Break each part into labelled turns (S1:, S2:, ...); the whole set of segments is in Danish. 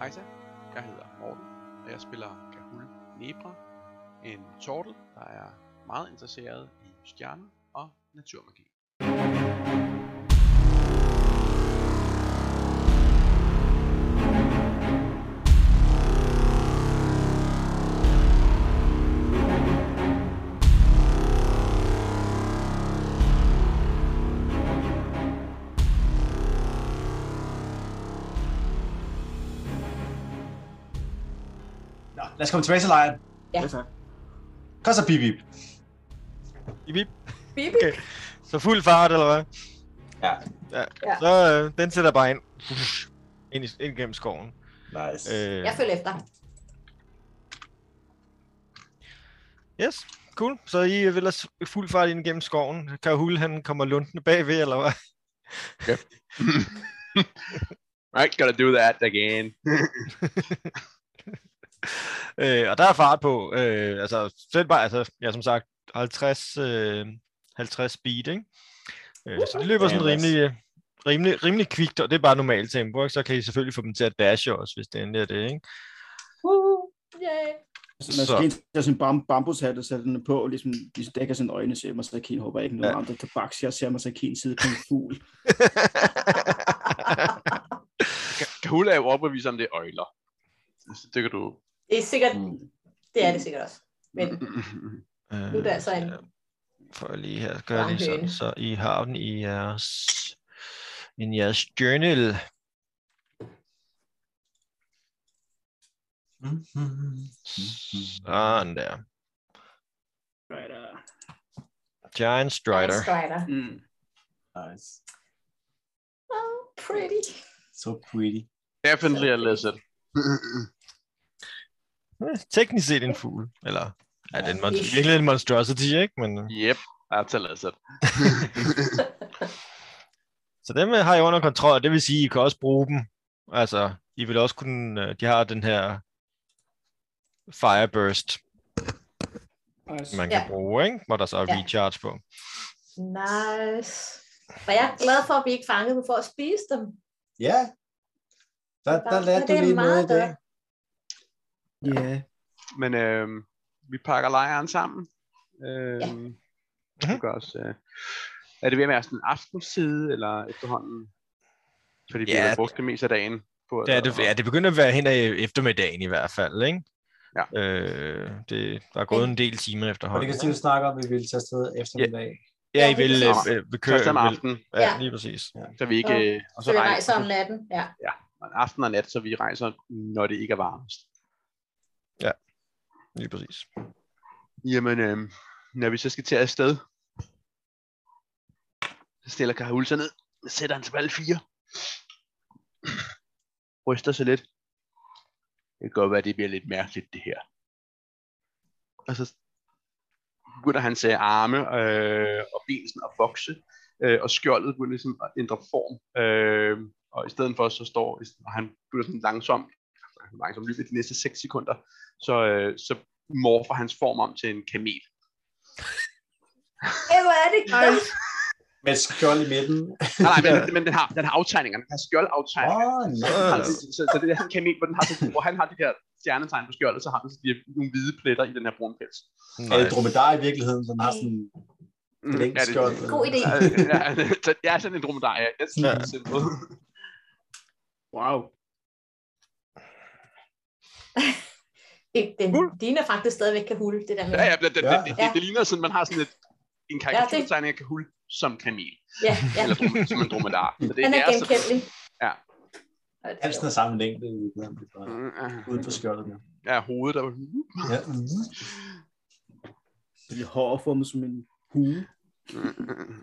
S1: Kajsa. Jeg hedder Morten, og jeg spiller Kahul Nebra, en tortel, der er meget interesseret i stjerner og naturmagi.
S2: Nå, lad os komme tilbage til lejren.
S3: Ja.
S4: Ja, tak.
S2: Kom så, Bibi.
S5: I vip.
S3: Bibi?
S5: Okay. Så fuld fart, eller hvad?
S2: Ja.
S5: ja.
S3: Ja.
S5: Så øh, den sætter bare ind. Ind, i, ind gennem skoven.
S2: Nice. Øh.
S5: Øh,
S3: Jeg følger efter.
S5: yes, cool. Så I vil ellers fuld fart ind gennem skoven. Kahul, han kommer luntende bagved, eller hvad?
S1: Right, gotta do that again.
S5: Øh, og der er fart på. Øh, altså, selv bare, altså, ja, som sagt, 50, øh, 50 speed, ikke? Øh, så det løber sådan
S2: Damn,
S5: rimelig, øh, rimelig, rimelig kvikt, og det er bare normalt tempo, ikke? Så kan I selvfølgelig få dem til at dashe også, hvis det endelig er det, ikke?
S3: Uh, yeah.
S4: Så man skal ind tage sådan en bam, bambushatte, sætte den på, og ligesom, ligesom dækker sine øjne, ser Masakin håber ikke noget
S5: Ja.
S4: ja. andre tabaks. Jeg ser Masakin sidde på en fugl.
S1: Kahul er jo overbevist om, det er øjler. Så det kan du...
S3: Det er sikkert,
S1: Hmm.
S3: det er det sikkert også. Men
S5: Øh,
S3: nu er det altså en...
S5: For lige her, gør jeg lige
S3: Langhøne.
S5: sådan, så I har den i jeres, i jeres journal.
S1: Øh.
S2: Mm-hmm.
S5: Sådan der.
S4: Right, uh.
S5: Giant Strider.
S3: Strider.
S4: mm.
S2: Nice.
S3: Oh, pretty.
S2: So pretty.
S1: Definitely a lizard.
S5: Ja, Teknisk set en fugl, eller ja, det er en
S3: Ish.
S5: monst- virkelig en monstrosity, ikke? Men,
S1: Yep, that's a lizard.
S5: så dem øh, har I under kontrol, og det vil sige, I kan også bruge dem. Altså, I vil også kunne, øh, de har den her Fireburst,
S4: nice.
S5: man kan
S3: Ja.
S5: bruge, ikke? Hvor der så er
S3: Ja.
S5: recharge på.
S3: Nice. Og jeg er glad for, at vi ikke fangede dem for at spise dem.
S2: Ja. Der, der
S3: Ja,
S2: lærte du
S3: det er
S2: lige noget
S3: meget
S2: i det.
S3: bedre.
S4: Yeah.
S1: Men øh, vi pakker lejren sammen. Øh,
S5: Mhm.
S1: ja. gør os, øh, er det ved at være sådan en aftenside, eller efterhånden? Fordi vi
S5: Ja,
S1: har vel
S5: det-
S1: brugt det meste af dagen. På,
S5: Det, er det, ja, det begynder at være hen ad eftermiddagen i hvert fald, ikke?
S1: Ja.
S5: Øh, det, der er gået en del timer
S2: Og det
S5: efterhånden.
S2: kan Stine snakke om, at vi ville tage afsted eftermiddag.
S5: Ja, I
S3: Ja,
S5: vil,
S3: lige
S5: øh,
S1: præcis.
S5: øh, vil
S1: Kør,
S5: køre...
S1: om
S5: Vil,
S1: aftenen,
S3: Ja.
S5: ja, lige præcis.
S1: så vi ikke...
S3: Ja.
S1: øh, Og
S3: Så vi rejser om
S1: så,
S3: natten. Ja.
S1: aften og nat, så vi rejser, når det ikke er varmest.
S5: Lige præcis.
S1: Jamen, øh, når vi så skal til afsted, så stiller Karhul sig ned, sætter han sig på alle fire, ryster sig lidt. Det kan godt være, det bliver lidt mærkeligt, det her. Og så begynder hans øh, arme øh, og ben sådan at vokse, øh, og skjoldet begynder ligesom at ændre form. Øh, og i stedet for, så står og han begynder sådan langsomt, langsomt løbet de næste 6 sekunder, så, øh, så morfer hans form om til en kamel.
S3: Ej, hvor er det godt.
S2: Med et skjold i midten.
S1: Nej, nej, men, men den, har, den har aftegninger, den har
S2: Åh,
S1: skjoldaftegninger.
S2: oh,
S1: Den har-
S2: nice.
S1: Så, så, så, det er sådan en kamel, hvor, den har, sådan- hvor han har de der stjernetegn på skjoldet, så har han så de her, nogle hvide pletter i den her brune pels.
S2: Er det dromedar i virkeligheden, den har sådan
S1: Mm,
S2: et enkelt
S1: det-
S2: skjold?
S3: God idé.
S1: Ja, ja, så det er sådan en dromedar, ja. Det er sådan en simpel.
S4: Wow.
S3: Det, den,
S5: Hul.
S3: din er faktisk stadigvæk kan hulde, det der med.
S1: Ja, ja, det, det, det, det,
S3: Ja.
S1: det, det ligner sådan, man har sådan et, en karikaturtegning af Kahul som kamel,
S3: ja, ja.
S1: eller drom, som en dromedar. Så det,
S3: Den
S1: det
S3: er
S1: så-
S3: genkendelig.
S1: Ja.
S3: Og det er
S2: Halsen er samme længde i virkeligheden. det er bare
S1: Mm,
S2: Ude på skjoldet. der.
S1: Ja, hovedet der.
S2: Ja.
S4: Så det hår er formet som en hue.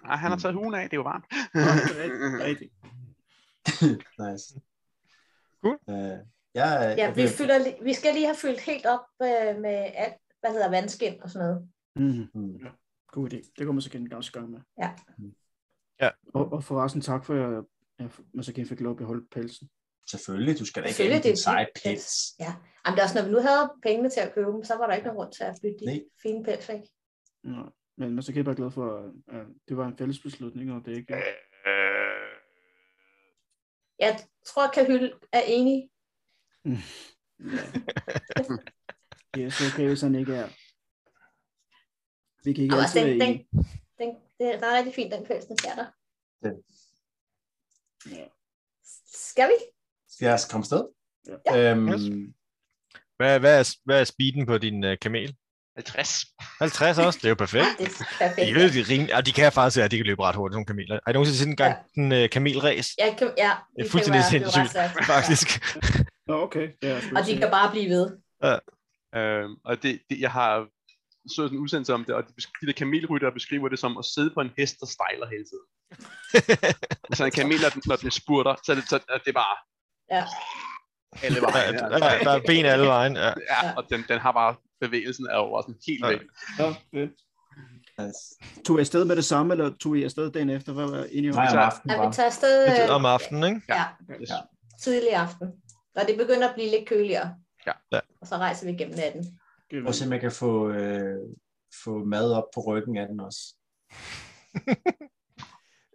S1: Ej, han har taget huen af, det er jo varmt.
S4: Rigtig, Rigtig.
S2: Nice.
S5: Cool.
S2: Øh, jeg,
S3: Ja,
S2: jeg
S3: vi,
S2: vil-
S3: fylder, li- vi skal lige have fyldt helt op øh, med alt, hvad hedder vandskin og sådan noget.
S4: Mm.
S2: Mm.
S4: God idé. Det kommer så igen også gang med.
S3: Ja.
S5: Ja.
S4: Og, og forresten tak for, at jeg, jeg Masakin fik lov at beholde pelsen.
S2: Selvfølgelig, du skal da ikke
S3: Selvfølgelig,
S2: have din
S3: det er
S2: seje
S3: fint.
S2: pels.
S3: Ja. Jamen, det er også, når vi nu havde pengene til at købe dem, så var der ikke nogen grund til at bytte de
S2: Nej.
S3: fine pels væk.
S4: Nå. Men Masakin var glad for, at, at det var en fælles beslutning, og det er ikke...
S1: Øh,
S3: Jeg tror, at Kahyl er enig.
S4: Det er så okay, hvis han ikke er. Vi kan ikke
S3: Og også
S4: altid
S3: den,
S4: være
S3: den,
S4: enige.
S3: den, den, den er rigtig fint, den pølsen der der.
S2: Ja.
S4: Ja.
S3: Skal vi?
S2: Skal jeg komme afsted?
S4: Ja.
S2: Øhm,
S5: Yes. Hvad, hvad, er, hvad er speeden på din øh, kamel?
S1: 50.
S5: 50 også, det er jo
S3: Ja,
S5: perfekt.
S3: Ah, det er
S5: Det er
S3: perfekt.
S5: jo ikke rimeligt, og de kan faktisk, ja, de kan løbe ret hurtigt, nogle kameler. Har I nogensinde set en gang en øh, kamelræs?
S3: Jeg kan, ja,
S5: Det er
S3: vi
S5: fuldstændig
S3: kan være- det er ret
S5: sindssygt.
S3: svært.
S5: Faktisk.
S4: Nå, okay. Ja, jeg skulle
S3: Og de
S4: sige.
S3: kan bare blive ved.
S1: Øhm, og det, det, jeg har så en udsendelse om det, og de, besk- de der kamelryttere beskriver det som at sidde på en hest, der stejler hele tiden. Så en kamel, når den, når den spurter, så er det, så, er det bare
S3: Ja.
S1: alle
S5: der,
S1: vejen.
S5: der, der, der, er ben alle vejen. Ja.
S1: Ja, og den, den har bare bevægelsen er jo bare sådan helt
S5: Ja.
S1: væk.
S4: Ja, fedt.
S2: nice.
S4: Tog I afsted med det samme, eller tog I afsted dagen efter? Hvad var I enige om?
S2: Nej, om
S1: Så-
S2: aftenen
S3: Og vi
S2: bare.
S3: tager afsted øh,
S5: Om aftenen, ikke?
S3: ja,
S1: Yes.
S2: Ja.
S3: tidlig aften. Og det begynder at blive lidt køligere.
S1: Ja.
S5: Ja.
S3: Og så rejser vi gennem natten.
S2: Prøv at se, om jeg kan få, øh, få mad op på ryggen af den også.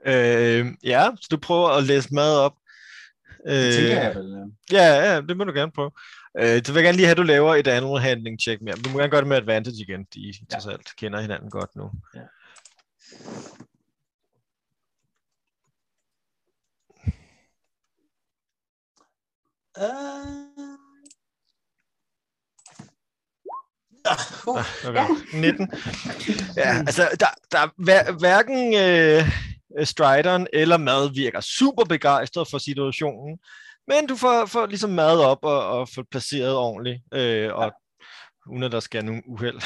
S5: Øh, ja, så du prøver at læse mad op.
S2: Det tænker
S5: Øh,
S2: jeg vel. ja.
S5: ja, ja, det må du gerne prøve. Øh, så vil jeg gerne lige have, at du laver et andet handling check mere. Du må gerne gøre det med advantage igen, de ja. trods alt kender hinanden godt nu.
S2: Ja. Øh. Ah, uh.
S5: Okay. 19. Ja, altså, der, der hver, hverken øh, Strideren eller Mad virker super begejstret for situationen, men du får, får ligesom mad op og, og får placeret ordentligt, øh, og uden at der skal nogen uheld.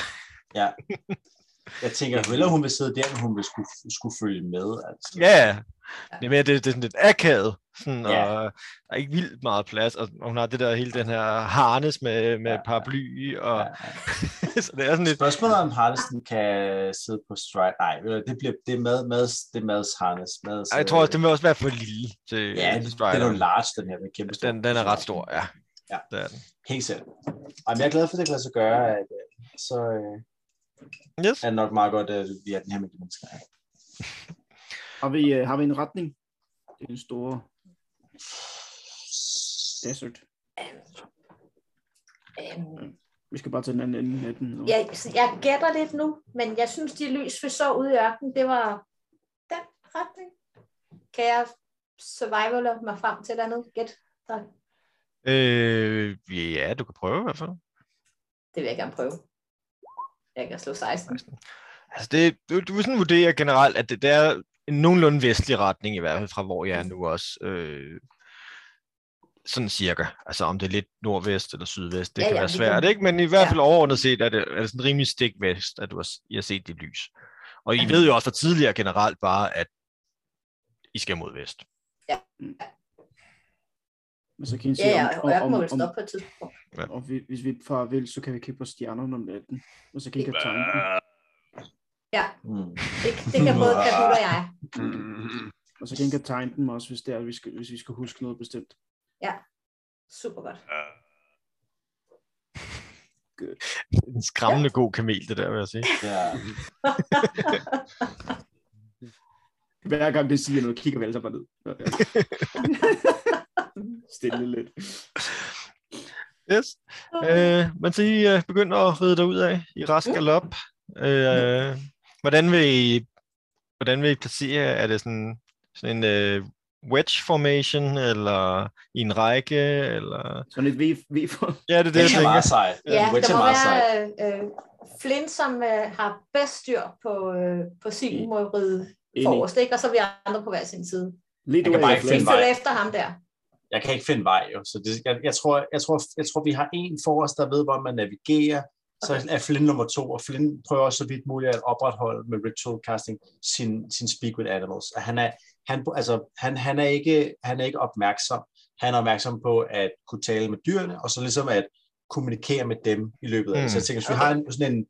S2: Jeg tænker hellere, hun vil sidde der, end hun vil skulle, skulle følge med. Altså.
S5: Ja, ja. Det er mere, det, det er sådan lidt akavet, sådan,
S2: Ja.
S5: og der er ikke vildt meget plads, og, og hun har det der hele den her harnes med, med
S2: Ja, ja.
S5: paraply, og
S2: Ja,
S5: så det er sådan lidt,
S2: Spørgsmålet er, om Harnesen kan sidde på stride. Nej, ved du, det, bliver, det er mad, mad, det er Mads Harnes. Mads,
S5: Ej, jeg tror også, den vil også være for lille til,
S2: Ja, øh, det,
S5: til
S2: den er
S5: Strideren.
S2: jo large, den her. Den er, kæmpe stor.
S5: Den, den er ret stor, ja.
S2: Ja.
S5: Det er den.
S2: Helt selv. Ej, men jeg er glad for, at det kan lade sig gøre, at øh, så øh,
S5: Yes.
S2: er det nok meget godt, at vi er den her med de mennesker. her.
S4: Har vi, øh, har vi en retning? Det er en stor desert.
S3: Øhm,
S4: Vi skal bare til den anden ende af den. nu.
S3: jeg, så jeg gætter lidt nu, men jeg synes, de lys, vi så ude i ørkenen, det var den retning. Kan jeg survivaler mig frem til et andet gæt? Der,
S5: Øh, ja, du kan prøve i hvert fald.
S3: det vil jeg gerne prøve. Jeg kan slå 16.
S5: Altså det, du, du vil sådan vurdere generelt, at det, det er en nogenlunde vestlig retning, i hvert fald fra hvor jeg er nu også. Øh, sådan cirka. Altså om det er lidt nordvest eller sydvest, det
S3: Ja,
S5: ja,
S3: ja,
S5: kan ja, være
S3: vi
S5: svært,
S3: kan-
S5: ikke? Men i hvert
S3: ja.
S5: fald overordnet set er det, er det sådan rimelig stik vest, at du har, I har set det lys. Og I ved jo også fra tidligere generelt bare, at I skal mod vest.
S4: Men så kan I se,
S3: Ja, ja,
S4: om,
S3: og jeg
S4: om,
S3: må
S4: om,
S3: vel
S4: om,
S3: stoppe på et tidspunkt.
S4: og vi, hvis vi far vil, så kan vi kigge på stjernerne om natten. Og så kan I ikke have tanken.
S3: Ja,
S2: Mm.
S3: det, det kan både Kabul og jeg.
S1: Mm.
S4: Og så kan I ikke tegne dem også, hvis, det er, at vi skal, hvis vi skal huske noget bestemt.
S3: Super godt.
S1: Øh,
S5: En skræmmende god kamel, det der, vil jeg sige.
S2: Ja.
S4: Hver gang det siger noget, kigger vi alle sammen bare ned. Ja, ja. Stille lidt.
S5: Yes. Øh, men så I øh, begynder at ride derud af i rask galop. Øh, hvordan vil I, hvordan vil I placere? Er det sådan, sådan en øh, wedge formation, eller i en række? Eller...
S4: Sådan et V- V-form.
S5: Ja, det er det,
S2: Det
S5: jeg
S2: er
S5: tænker.
S2: meget sejt.
S3: Ja,
S2: Witch
S3: der
S2: er
S3: må
S2: meget
S3: være
S2: sejt.
S3: øh, øh, Flynn, som øh, har bedst styr på, øh, på sin, må jo ride
S4: Enig.
S3: forrest, ikke? og så er vi andre på hver sin side.
S4: Lidt
S2: Jeg kan
S4: over
S2: bare
S4: i
S2: ikke
S3: Vi
S2: finde
S4: flæ-
S2: vej.
S3: følger efter ham der.
S2: Jeg kan ikke finde vej, jo. Så det, jeg, jeg, tror, jeg, tror, jeg tror, vi har en for os, der ved, hvor man navigerer. Så er Flynn nummer to, og Flynn prøver så vidt muligt at opretholde med ritual casting sin, sin speak with animals. Og Han er, han, altså, han, han, er ikke, han er ikke opmærksom. Han er opmærksom på at kunne tale med dyrene, og så ligesom at kommunikere med dem i løbet af det.
S5: Mm.
S2: Så jeg tænker, hvis vi har en, sådan en,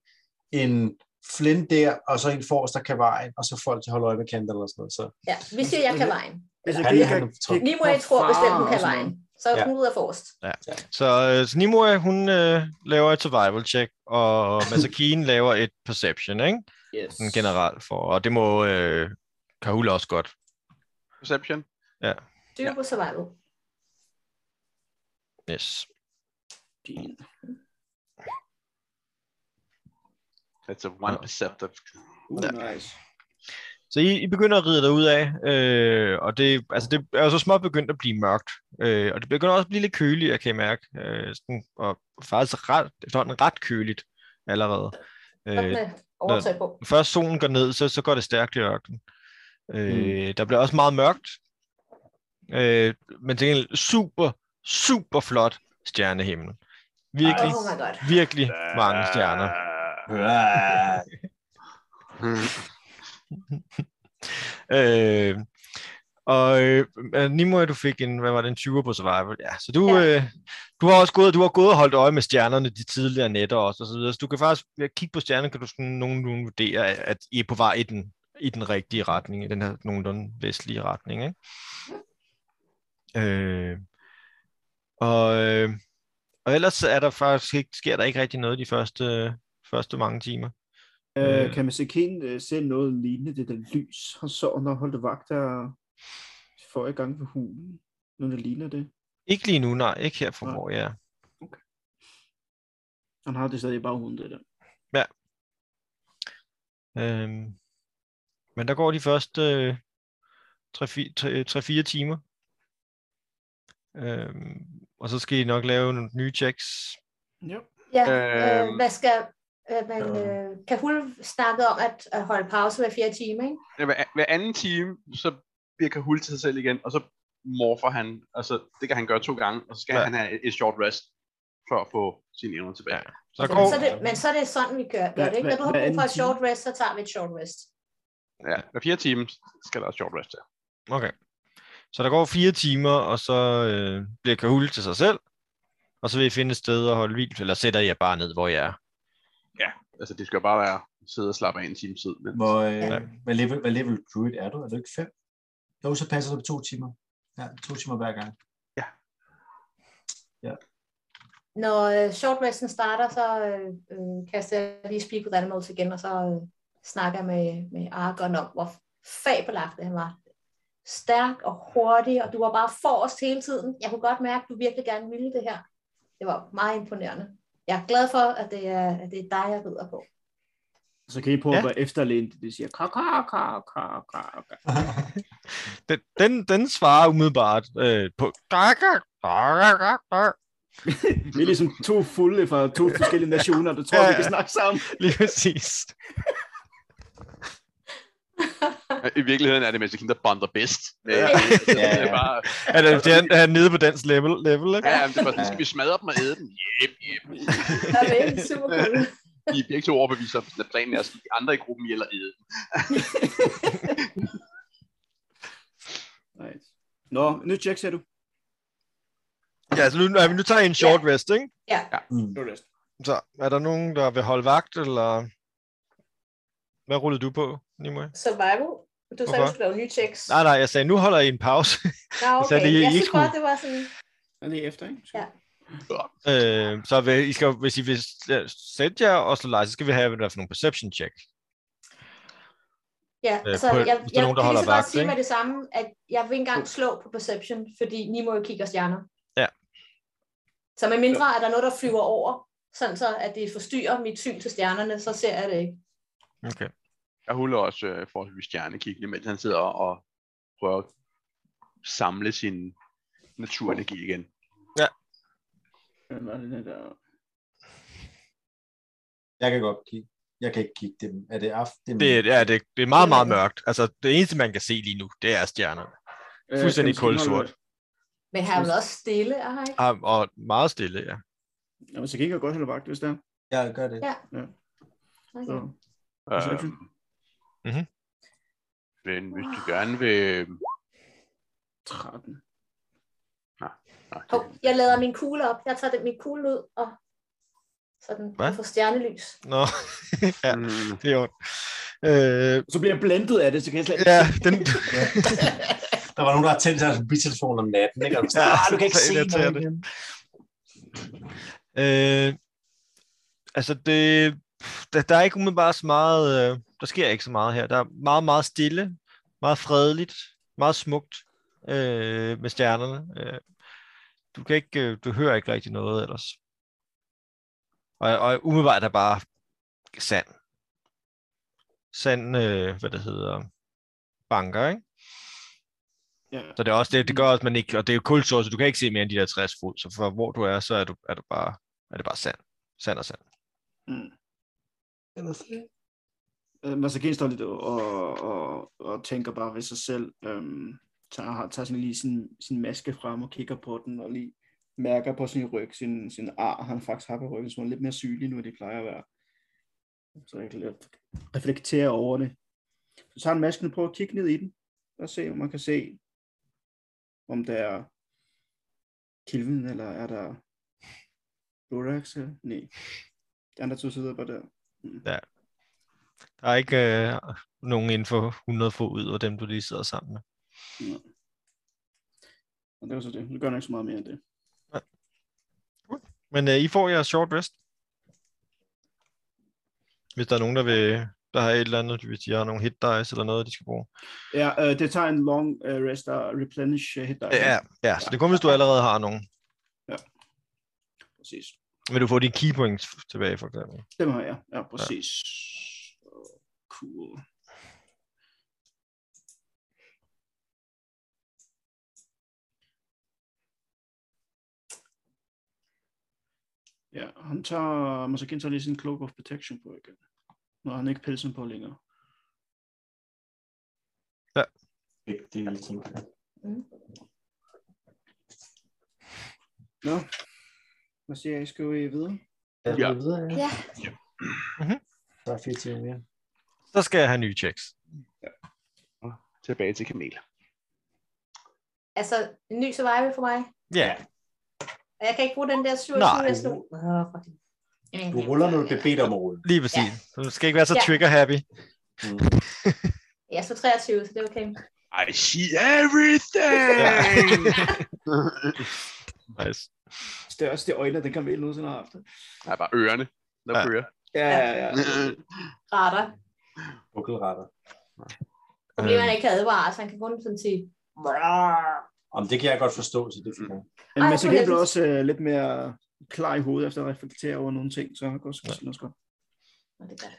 S2: en Flynn der, og så en forrest, der kan vejen, og så folk til at holde øje med kanter eller sådan noget. Så
S3: Ja, vi siger, jeg kan vejen.
S4: Hvis
S2: Han-
S4: Altså, ikke
S2: han
S4: kan
S2: tror-
S4: kigge
S3: Nimue
S4: på
S3: tror bestemt, hun
S4: far
S3: kan
S4: og sådan
S3: vejen.
S4: noget.
S3: Så er hun ud af forrest.
S5: Så, øh, så Nimue, hun øh, laver et survival check, og Masakine laver et perception, ikke?
S4: Yes.
S5: Sådan generelt for, og det må øh, Kahula også godt.
S1: Perception.
S4: Øh,
S3: 20 på survival.
S5: Yes.
S4: Din.
S1: That's a one perceptive.
S4: Uh,
S5: Ja.
S4: nice.
S5: Så I, I begynder at ride derud af, øh, og det, altså det er jo så småt begyndt at blive mørkt. Øh, og det begynder også at blive lidt køligere, kan I mærke. Øh, sådan, og faktisk ret, efterhånden ret køligt allerede.
S3: Sådan
S5: Øh,
S3: med overtøj på.
S5: først solen går ned, så, så går det stærkt i ørkenen. Øh, Der bliver også meget mørkt. Øh, men til gengæld super, super flot stjernehimmel. Virkelig,
S3: Oh my god.
S5: virkelig mange stjerner.
S2: Ja.
S1: Hmm.
S5: Øh, og øh, øh, Nimue, du fik en, hvad var det, en 20 på survival. Ja, så du,
S3: Ja.
S5: ja. Øh, du har også gået, du har gået og holdt øje med stjernerne de tidligere nætter også, og så videre. Så du kan faktisk ved at kigge på stjernerne, kan du sådan nogenlunde vurdere, at I er på vej i den, i den rigtige retning, i den her nogenlunde vestlige retning. Ikke? Øh, og, øh, og ellers så er der faktisk ikke, sker der ikke rigtig noget de første, første mange timer.
S4: Øh, kan man se Ken øh, se noget lignende det der lys, han så, når han holdte vagt der for i gang ved hulen? Når det ligner det.
S5: Ikke lige nu, nej, ikke her for
S4: Nej.
S5: hvor jeg er.
S4: Han har det stadig i baghovedet, det der.
S5: Øhm, men der går de første øh, 3-4 timer. Øhm, og så skal I nok lave nogle nye checks.
S4: Ja.
S3: Ja,
S1: Øhm.
S3: øh, hvad skal... Øh, man,
S2: Øhm.
S3: øh, kan hun snakke om at, at holde pause hver fjerde time, ikke?
S1: Ja, hver, hver anden time, så bliver Kahul til sig selv igen, og så morfer han, altså det kan han gøre to gange, og så skal
S5: Ja.
S1: ja. han have et short rest, for at få sine evner tilbage. Ja.
S5: Så
S3: Så,
S5: går,
S3: så er det, men så er det sådan, vi gør, gør det, ikke? Når du har
S4: Hver- hver
S3: brug for et
S4: anden time.
S3: short rest, så tager vi et short rest.
S1: ja. Hver fire timer skal der et short rest til.
S5: okay. så der går fire timer, og så øh, bliver Kahul til sig selv. Og så vil I finde et sted at holde hvil, eller sætter jeg bare ned, hvor jeg er.
S1: Altså det skal jo bare være at sidde og slappe af en time tid. Men...
S2: Hvor, øh,
S5: Ja.
S2: hvad, level, hvad level druid er du? Er du ikke fem? Jo, så passer det på to timer. Ja, to timer hver gang.
S3: Når øh, short resten starter, så øh, øh, kaster jeg lige speak with animals igen, og så øh, snakker jeg med, med Argon om, hvor fabelagtig han var. Stærk og hurtig, og du var bare forrest hele tiden. Jeg kunne godt mærke, at du virkelig gerne ville det her. Det var meget imponerende. Jeg er glad for, at det er, at det er dig, jeg rider på.
S4: Så kan I prøve
S5: Ja.
S4: ja. at være efterlænt, det siger kaka, kaka, kaka, kaka.
S5: Den, den, den svarer umiddelbart øh, på...
S4: Vi er ligesom to fulde fra to forskellige nationer, der tror,
S5: Ja,
S4: vi
S5: ja.
S4: kan snakke sammen.
S5: Lige præcis.
S1: I virkeligheden er det Magic Kingdom, der bonder bedst. Ja,
S3: Ja.
S1: ja,
S2: Ja,
S1: Det er
S2: ja.
S1: bare,
S5: Er det, det er, er nede på dansk level, level ikke?
S1: ja, men det er bare sådan, skal vi smadre dem og æde dem? Yep, yep.
S3: Det er virkelig super cool.
S1: Vi er begge to overbevist om, at planen er at slå de andre i gruppen ihjel og æde dem.
S4: Nice. Nå, nyt check, sagde du.
S5: Ja, så nu, nej, men nu tager I en short rest, ikke?
S2: Mm.
S5: Så er der nogen, der vil holde vagt, eller... Hvad rullede du på, Nimue?
S3: Survival. Du sagde,
S5: Hvorfor?
S3: du skulle lave nye checks.
S5: Nej, nej, jeg sagde, nu holder I en pause.
S3: Nå,
S5: jeg sagde,
S3: okay.
S5: det er
S3: Jeg
S5: I
S3: synes
S5: ikke
S3: godt, det var sådan...
S4: Er det efter, ikke?
S3: Ja.
S5: øh, så vil, I skal, hvis I vil s- sætte jer og slå lege, så skal vi have hvad der er for nogle perception check.
S3: Ja,
S5: Øh,
S3: altså,
S5: på-
S3: jeg,
S5: hvis der
S3: jeg
S5: er nogen, der
S3: kan lige
S5: holder
S3: så godt
S5: vagt,
S3: sige
S5: ikke?
S3: med det samme, at jeg vil ikke engang slå på perception, fordi Nimo jo kigger stjerner.
S5: Ja.
S3: Så med mindre, at der er noget, der flyver over, sådan så, at det forstyrrer mit syn til stjernerne, så ser jeg det ikke.
S5: Okay.
S1: Jeg huller også øh, forholdsvis stjernekiggende, mens han sidder og prøver at samle sin naturenergi igen.
S4: Hvad var det der?
S2: Jeg kan godt kigge. Jeg kan ikke kigge dem. Er det aften?
S5: Det, er- ja, det, det er meget, meget mørkt. Altså, det eneste, man kan se lige nu, det er stjernerne.
S4: Øh,
S5: Fuldstændig
S4: kan man så
S5: kulsort.
S4: holde-
S3: Men han er vel også stille, er han
S2: Ah.
S3: ikke?
S5: Og, Ah, og meget stille, ja.
S4: Jamen, så kan I godt holde vagt, hvis det er.
S2: Jeg gør det.
S3: Ja.
S4: Så,
S1: Øh,
S3: Okay.
S4: perception.
S1: men hvis du gerne vil...
S4: 13.
S1: Nå,
S3: Hov, jeg lader min kugle op. Jeg tager den, min kugle ud, og så den
S5: Hvad?
S3: får stjernelys.
S5: Nå, ja,
S1: Mm,
S5: det er ondt. Øh,
S4: Så bliver jeg blendet af det, så kan jeg slet
S5: ja, den,
S2: Der var nogen, der har tændt sig en biltelefon om natten. Ikke? Og du,
S5: Ja,
S2: ja, ah, du kan ikke
S5: så
S2: se
S5: irriterer
S2: noget.
S5: det.
S2: igen."
S5: Øh, altså, det, der, der er ikke umiddelbart så meget, øh, der sker ikke så meget her. Der er meget, meget stille, meget fredeligt, meget smukt øh, med stjernerne. Øh, du kan ikke, øh, du hører ikke rigtig noget ellers. Og, og umiddelbart er der bare sand. Sand, øh, hvad det hedder, banker, ikke?
S4: Ja.
S5: Så det, er også, det, det gør også, at man ikke, og det er jo kulsår, så du kan ikke se mere end de der 60 fod, så fra hvor du er, så er, du, er, du bare, er det bare sand. Sand og sand.
S4: Mm. Øh, Masakin står lidt og, og, og, og tænker bare ved sig selv, øhm, tager, har- tager sådan lige sin, sin maske frem og kigger på den, og lige mærker på sin ryg, sin, sin ar, han faktisk har på ryggen, så hun er lidt mere sygelig nu, end det plejer at være. Så jeg kan lidt reflektere over det. Så tager han masken og prøver at kigge ned i den, og se, om man kan se, om der er Kilvin, eller er der Lorax, eller nej. De andre to sidder bare der. Mm.
S5: Der er ikke øh, nogen inden for 100 fod ud af dem, du lige sidder sammen med.
S4: Og det var så det. Nu gør han ikke så meget mere end det.
S5: Men øh, I får jeres short rest. Hvis der er nogen, der vil der har et eller andet, hvis de har nogle hit dice eller noget, de skal bruge.
S4: Ja, øh, det tager en long øh, rest at replenish øh, hit dice.
S5: Ja, ja, så det er kun, hvis du allerede har nogen.
S4: Præcis.
S5: Vil du få dine key points f- tilbage, for eksempel?
S4: Dem har jeg. Ja, præcis. Cool. Ja, han tager, Masakin tager lige sin Cloak of Protection på igen. Når han ikke pelsen på længere.
S2: Ikke det, jeg tænker.
S4: Nå, hvad siger jeg? Skal vi videre?
S2: Ja.
S1: Ja.
S2: Videre, ja.
S3: Ja.
S5: Mhm.
S2: Der er fire timer mere.
S5: Så skal jeg have nye checks.
S1: Tilbage til Kamel.
S3: Altså, en ny survival for mig.
S5: Ja,
S3: Og jeg kan ikke bruge den der 27,
S5: Nej.
S3: jeg slog. Åh, for det.
S2: Du ruller, når du bliver bedt om at rulle.
S5: lige præcis. Ja. Du skal ikke være så
S3: Ja.
S5: trigger happy.
S2: Mm.
S3: Jeg slog 23, så det er okay.
S1: I see everything!
S5: Nice.
S4: Største øjne, den kan vel nogensinde har haft.
S1: Der er bare ørerne, der
S5: Ja.
S1: kører.
S4: Ja, ja, ja.
S3: Radar.
S2: Bukkelretter.
S3: Problemet er,
S2: Øhm.
S3: at han ikke kan advare, så han kan kun sådan sige... "Brrr."
S2: Om det kan jeg godt forstå, så det
S5: Mm.
S2: fik jeg.
S4: Men
S3: Ej,
S4: Mads
S3: hvor
S4: Again blev
S3: heldigt.
S4: også øh, lidt mere klar i hovedet efter at reflektere over nogle ting, så han går også ja. også godt.
S3: Nå, det er godt.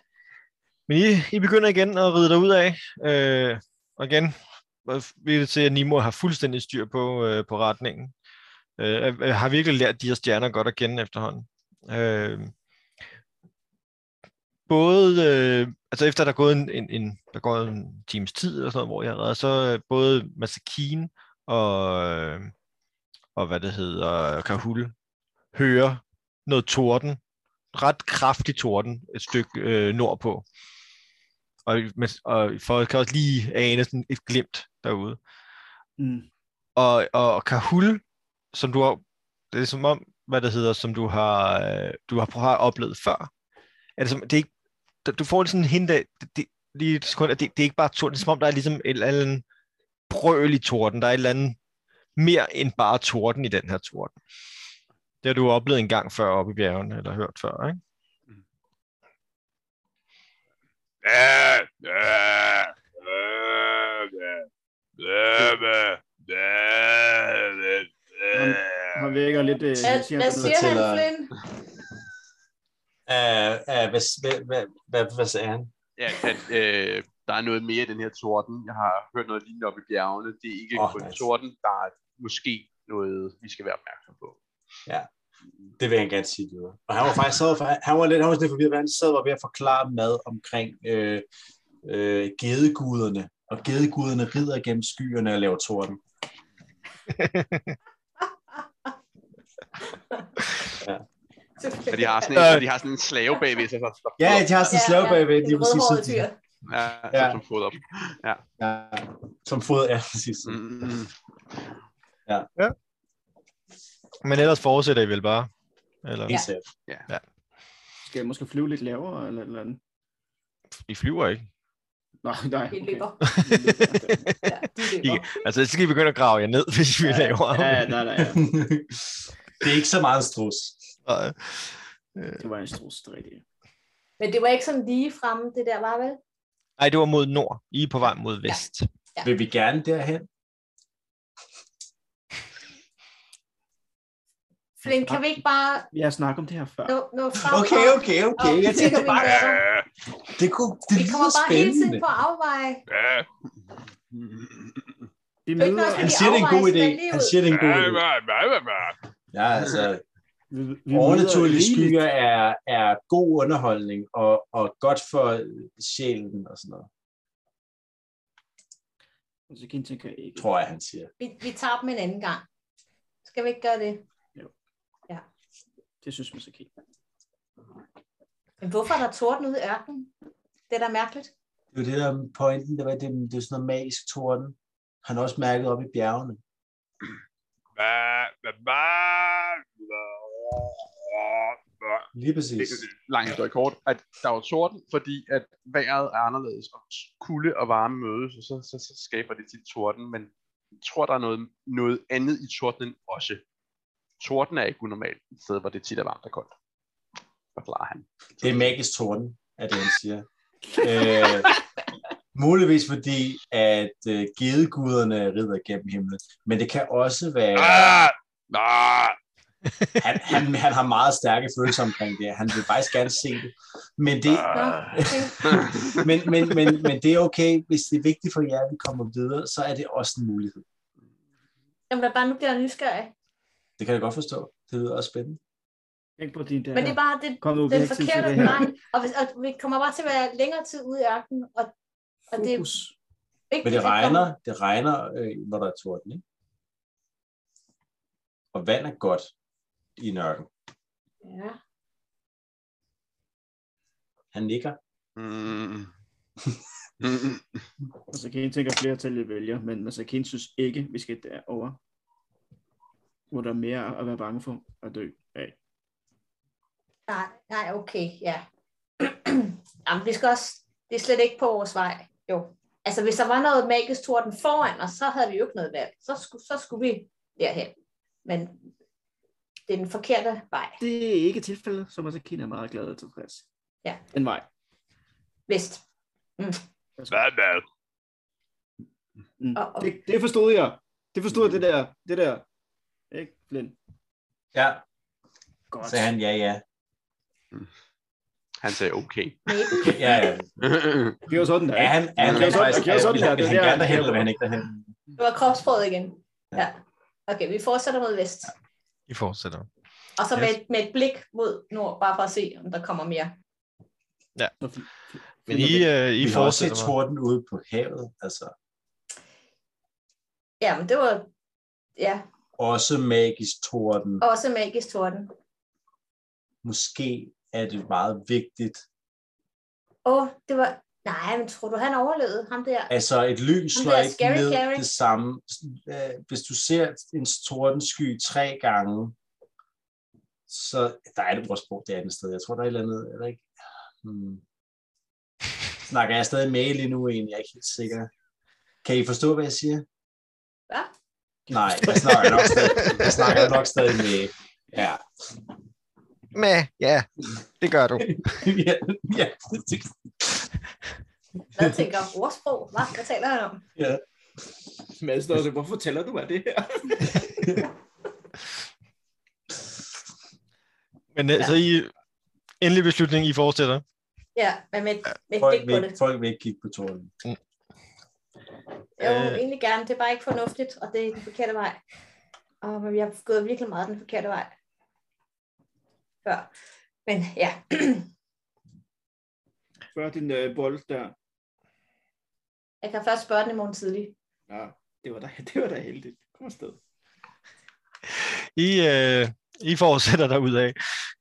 S5: Men I, I begynder igen at ride derud af. Øh, og igen vil det til, at Nimo har fuldstændig styr på, øh, på retningen. Øh, øh, har virkelig lært de her stjerner godt at kende efterhånden. Øh, både, øh, altså efter der er gået en, en, en, der går en times tid, eller sådan noget, hvor jeg har reddet, så øh, både Masakine og, øh, og hvad det hedder, Kahul, hører noget torden, ret kraftig torden, et stykke øh, nordpå. Og, men, og folk kan også lige ane sådan et glimt derude.
S4: Mm.
S5: Og, og Kahul, som du har, det er som om, hvad det hedder, som du har, øh, du har, har oplevet før. Er det som, det er ikke, du- du får sådan en hint af, det, det, lige et sekund, at det, det er ikke bare torden, det er som om, der er ligesom en eller anden brøl i torden, der er et eller andet mere end bare torden i den her torden. Det har du oplevet en gang før oppe i bjergene, eller hørt før, ikke?
S1: Ja, ja, ja, ja, ja, ja, ja, ja, ja.
S4: Han virker lidt... Øh,
S3: Hvad,
S4: siger
S3: hvad
S4: han
S3: siger han,
S2: fortæller-
S3: Flynn?
S2: Uh, uh, hvad, hvad, hvad, hvad, hvad sagde han?
S1: Ja, at øh, der er noget mere i den her torden. Jeg har hørt noget lignende oppe i bjergene. Det er ikke
S2: Åh,
S1: oh, kun
S2: nice.
S1: torden, der er måske noget, vi skal være opmærksom på.
S2: Det vil han gerne sige videre. Og han var faktisk sad, for, han var lidt, han var sådan lidt forvirret, for han sad og var ved at forklare mad omkring øh, øh, gedeguderne. Og gedeguderne rider gennem skyerne og laver torden.
S1: Ja, de har sådan
S5: Øh.
S1: en, øh. de har sådan en slave bagved sig, så- så
S2: Ja, de har sådan en slave bagved, lige
S3: en
S2: præcis.
S3: rødhåret
S2: sådan-
S3: tyr.
S1: ja,
S2: Ja.
S1: ja. som fod op.
S2: Ja, som fod, ja, præcis.
S1: Mm, mm, mm.
S5: Men ellers fortsætter I vel bare? Eller
S2: Ja.
S5: ja.
S4: Skal jeg måske flyve lidt lavere, eller et eller andet?
S5: I flyver ikke?
S4: Nej, nej.
S3: Vi løber.
S4: Okay.
S3: Ja, vi løber.
S5: I- altså, så skal I begynde at grave jer ned, hvis I vil lave
S4: Ja, ja, nej, nej. Ja.
S2: det er ikke så meget strus.
S4: Det var en stor strid.
S3: Men det var ikke sådan lige fremme, det der var vel?
S5: Nej, det var mod nord. I er på vej mod vest.
S2: Vil vi gerne derhen?
S3: Flynn, kan vi ikke bare
S4: Vi har snakket om det her før.
S3: nå, nå frem?
S2: Okay,
S3: og-
S2: okay, okay.
S3: og
S2: Jeg tænker
S3: vi
S2: bare,
S3: lander?
S1: Øh,
S2: det, kunne, det
S3: Vi kommer
S2: lyder
S3: bare hele tiden
S2: spændende.
S3: på afveje.
S1: øh,
S4: Vi
S3: Det er ikke
S4: møder,
S3: noget,
S2: Han siger, det er en god idé. Han siger, det er en god idé.
S1: øh, øh, øh.
S2: Ja, altså,
S4: vi, vi
S2: overnaturlige
S4: rigeligt.
S2: skyer er, er god underholdning og, og godt for sjælen og sådan noget,
S4: Og så kan I tænke, ikke.
S2: tror jeg, han siger.
S3: Vi, vi tager dem en anden gang. Skal vi ikke gøre det?
S4: Det synes man så kan.
S3: Men hvorfor er der torden ude i ørkenen? Det er da mærkeligt.
S2: Det er jo det der med pointen, det var, det, det er sådan noget magisk torden. Han har også mærket op i bjergene.
S1: Hva- hva- hva- hva- hva-
S2: Lige
S1: Det
S2: præcis.
S1: er lang historie kort, at der var torden, fordi at vejret er anderledes, og kulde og varme mødes, og så, så, så skaber det til torden, men jeg tror, der er noget, noget andet i tordenen også. Torden er ikke unormalt et sted, hvor det tit er varmt og koldt. Forklarer han. Ah,
S2: Det er magisk torden, er det, han siger. øh, muligvis fordi, at øh, gedeguderne rider gennem himlen. Men det kan også være...
S1: Ah! Ah!
S2: Han, han, han har meget stærke følelser omkring det. Han vil faktisk gerne se det. Men det,
S3: Nå, okay.
S2: men, men, men, men det er okay, hvis det er vigtigt for jer, at vi kommer videre, så er det også en mulighed.
S3: Jamen, jeg bare nu bliver jeg nysgerrig.
S2: Det kan jeg godt forstå. Det lyder også spændende.
S4: Tænk på din der.
S3: Men det er bare det,
S4: Kom nu, vi
S3: den
S4: har ikke tid til
S3: forkerte
S4: det her.
S3: vej. Og, hvis, og vi kommer bare til at være længere tid ude i ørkenen, og, og det er
S4: Fokus.
S3: vigtigt.
S2: Men det
S3: at vi
S2: regner,
S3: kommer-
S2: det regner, øh, når der er torden, ikke? Og vand er godt i nørken.
S3: Ja.
S2: Han nikker.
S1: Mm. Mm.
S4: Og så kan I tænke, at flertallet vælger, men altså kan I synes ikke, vi skal derover, hvor der er mere at være bange for at dø af.
S3: Nej, nej, okay, ja. Jamen, vi skal også, det er slet ikke på vores vej, jo. Altså, hvis der var noget magisk torden foran os, så havde vi jo ikke noget valg. Så skulle, så skulle vi derhen. Men det er den forkerte vej,
S4: Det er ikke tilfældet, som også Kina er meget glad og tilfreds.
S3: Ja.
S4: Den vej.
S3: vist.
S1: Hvad, hvad?
S4: Mm.
S3: Og- og-
S4: Det, det, forstod jeg. Det forstod jeg, det der. Det der. Ikke, Flynn?
S2: Ja,
S4: Godt.
S2: sagde han. Ja, ja.
S1: Han sagde okay.
S3: Maybe.
S2: Ja, ja.
S4: Det var sådan der.
S2: Er
S4: ikke?
S2: han, er han,
S4: Det er sådan-
S2: faktisk,
S4: det er sådan,
S2: vil,
S4: det er.
S2: vil
S4: Det
S2: han
S4: der-
S2: gerne derhen, eller vil han ikke derhen?
S3: Det var kropsprøvet igen.
S2: Ja.
S3: Ja. Okay, vi fortsætter mod vest.
S5: I fortsætter.
S3: Og så
S5: Yes.
S3: med, et, med et blik mod nord, bare for at se, om der kommer mere.
S4: Så Flynn-
S5: Men
S4: Flynn
S5: I,
S4: er væk.
S5: øh, I
S2: Vi har også set
S5: fortsætter. bare.
S2: torden ude på havet, altså.
S3: Ja, men det var ja,
S2: Også magisk torden.
S3: også magisk torden.
S2: Måske er det meget vigtigt.
S3: Åh, oh, det var... Nej, men tror du, han overlevede ham der?
S2: Altså et lys
S3: Ham
S2: slår
S3: der
S2: ikke
S3: Scary
S2: ned
S3: Carrie.
S2: det samme. Øh, Hvis du ser en tordensky tre gange, så der er et ordsprog det andet sted. Jeg tror, der er et eller andet, eller ikke? Hmm. Snakker jeg stadig med lige nu egentlig? Jeg er ikke helt sikker. Kan I forstå, hvad jeg siger?
S3: Hvad?
S2: Nej, jeg snakker nok stadig, jeg snakker nok stadig med. Ja.
S5: Mæh, ja, det gør du.
S2: ja, ja.
S3: Hvad tænker ordsprog? Hvad, hvad taler han om?
S2: ja.
S4: Mads, der også, hvorfor fortæller du mig det her?
S5: Men øh, så I, endelig beslutning, I fortsætter.
S3: Ja, men med, med et
S2: Folk,
S3: blik
S2: vil,
S3: på det.
S2: ikke- folk vil ikke kigge på torden.
S3: Jo,
S5: Øh.
S3: egentlig gerne. Det er bare ikke fornuftigt, og det er den forkerte vej. Og men vi har gået virkelig meget den forkerte vej. Før. Men ja,
S4: Før din øh, bold der.
S3: jeg kan først spørge den i morgen tidlig.
S4: Ja, det var da, det var da heldigt. Kom afsted.
S5: I, øh, I fortsætter der ud af.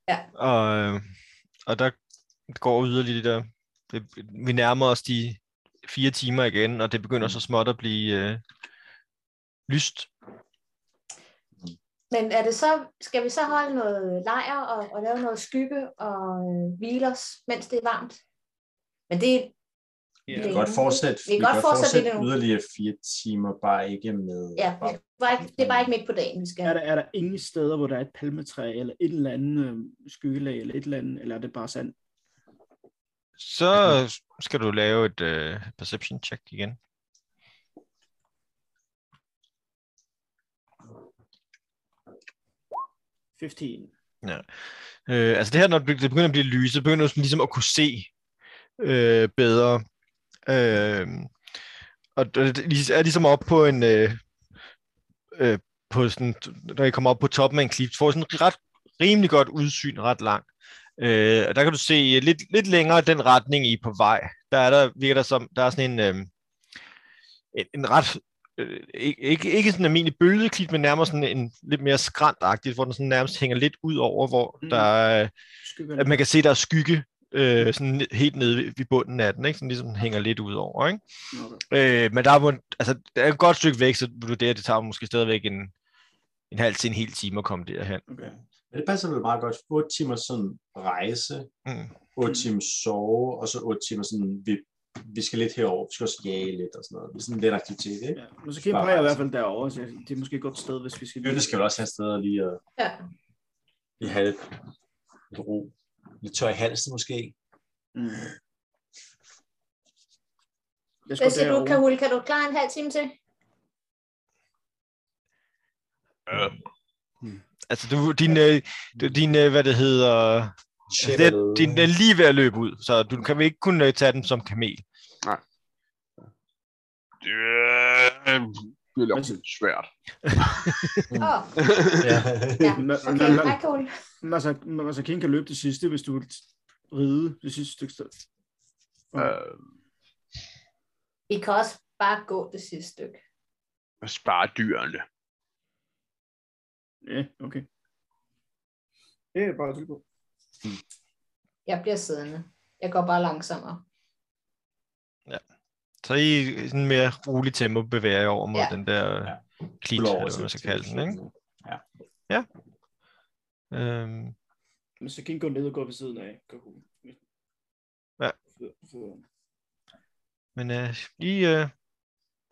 S3: Ja.
S5: Og, øh, og der går yderligere det der. det- Vi nærmer os de fire timer igen, og det
S2: Mm.
S5: begynder så småt at blive øh, lyst.
S3: Men er det så, skal vi så holde noget lejr og, og lave noget skygge og øh, hvile os, mens det er varmt? Men det er
S2: Vi
S4: Ja.
S2: kan godt fortsætte,
S3: Vi kan godt fortsætte lidt endnu.
S2: yderligere fire timer, bare ikke med.
S3: Ja, vi skal bare ikke, det er bare ikke midt på dagen, vi skal.
S4: Er der, er der ingen steder, hvor der er et palmetræ, eller et eller andet øh, skyggelag, eller et eller andet, eller er det bare sand?
S5: Så skal du lave et øh, perception check igen.
S4: 15.
S5: Øh, altså det her, når det begynder at blive lyse, så begynder du sådan ligesom at kunne se øh, bedre. Øh, og det det er ligesom op på en... Øh, øh, på sådan, når I kommer op på toppen af en klip, så får I sådan ret, rimelig godt udsyn ret langt. Øh, og der kan du se øh, lidt, lidt længere den retning, I er på vej. Der er der, virker der som, der er sådan en, øh, en, en ret øh, ikke, ikke, ikke sådan en almindelig bølgeklit, men nærmere sådan en lidt mere skrantagtigt, hvor den sådan nærmest hænger lidt ud over, hvor mm.
S4: Mm.
S5: der er,
S4: Skyggerne.
S5: at man kan se, der er skygge øh, sådan ne- helt nede ved- ved bunden af den, ikke? Sådan ligesom den hænger lidt ud over, ikke?
S4: Okay.
S5: Øh, men der er, mon- altså, der er et godt stykke væk, så vil du det, det tager måske stadigvæk en, en halv til en hel time at komme derhen.
S4: okay.
S2: Men det passer vel meget godt. 8 timer sådan rejse,
S5: Mm.
S2: 8
S4: Mm.
S2: timer sove, og så 8 timer sådan, vi, vi skal lidt herover, vi skal også jage lidt og sådan noget. Det er sådan lidt aktivitet, ikke?
S4: Ja. Men så kan jeg pege i hvert fald derovre, så det er måske et godt sted, hvis vi skal...
S2: Jønne skal vel også have et sted at lige, at
S3: Ja.
S2: lige have lidt, lidt ro. Lidt tør i halsen måske.
S4: Mm. Jeg
S3: Hvad
S4: skal
S3: siger du,
S4: derover.
S3: Kahul? Kan du klare en halv time til?
S1: Mm.
S5: Altså, du, din, øh, du- din øh, hvad det hedder, altså, det, er- din er lige ved at løbe ud, så du kan vel ikke kun øh, tage den som kamel.
S1: Det øh, bliver nok lidt svært.
S3: Åh, oh,
S2: Ja.
S3: ja.
S4: Men-
S3: Okay,
S4: men- men-
S3: hej Kahul.
S4: Masa- Masakin kan løbe det sidste, hvis du vil ride det sidste stykke sted.
S1: Øh,
S3: Vi kan også bare gå det sidste stykke.
S1: og spare dyrene.
S4: Ja, okay. Det er bare at på.
S3: Jeg bliver siddende. Jeg går bare langsommere.
S5: Så I i sådan mere rolig tempo bevæger jer over mod
S3: Ja.
S5: ja. den der øh, klit, eller hvad man skal kalde den, ikke? Øhm,
S4: Masakin går ned og går ved siden af Kahul.
S5: Ja.
S4: Så- så-
S5: men øh, I øh,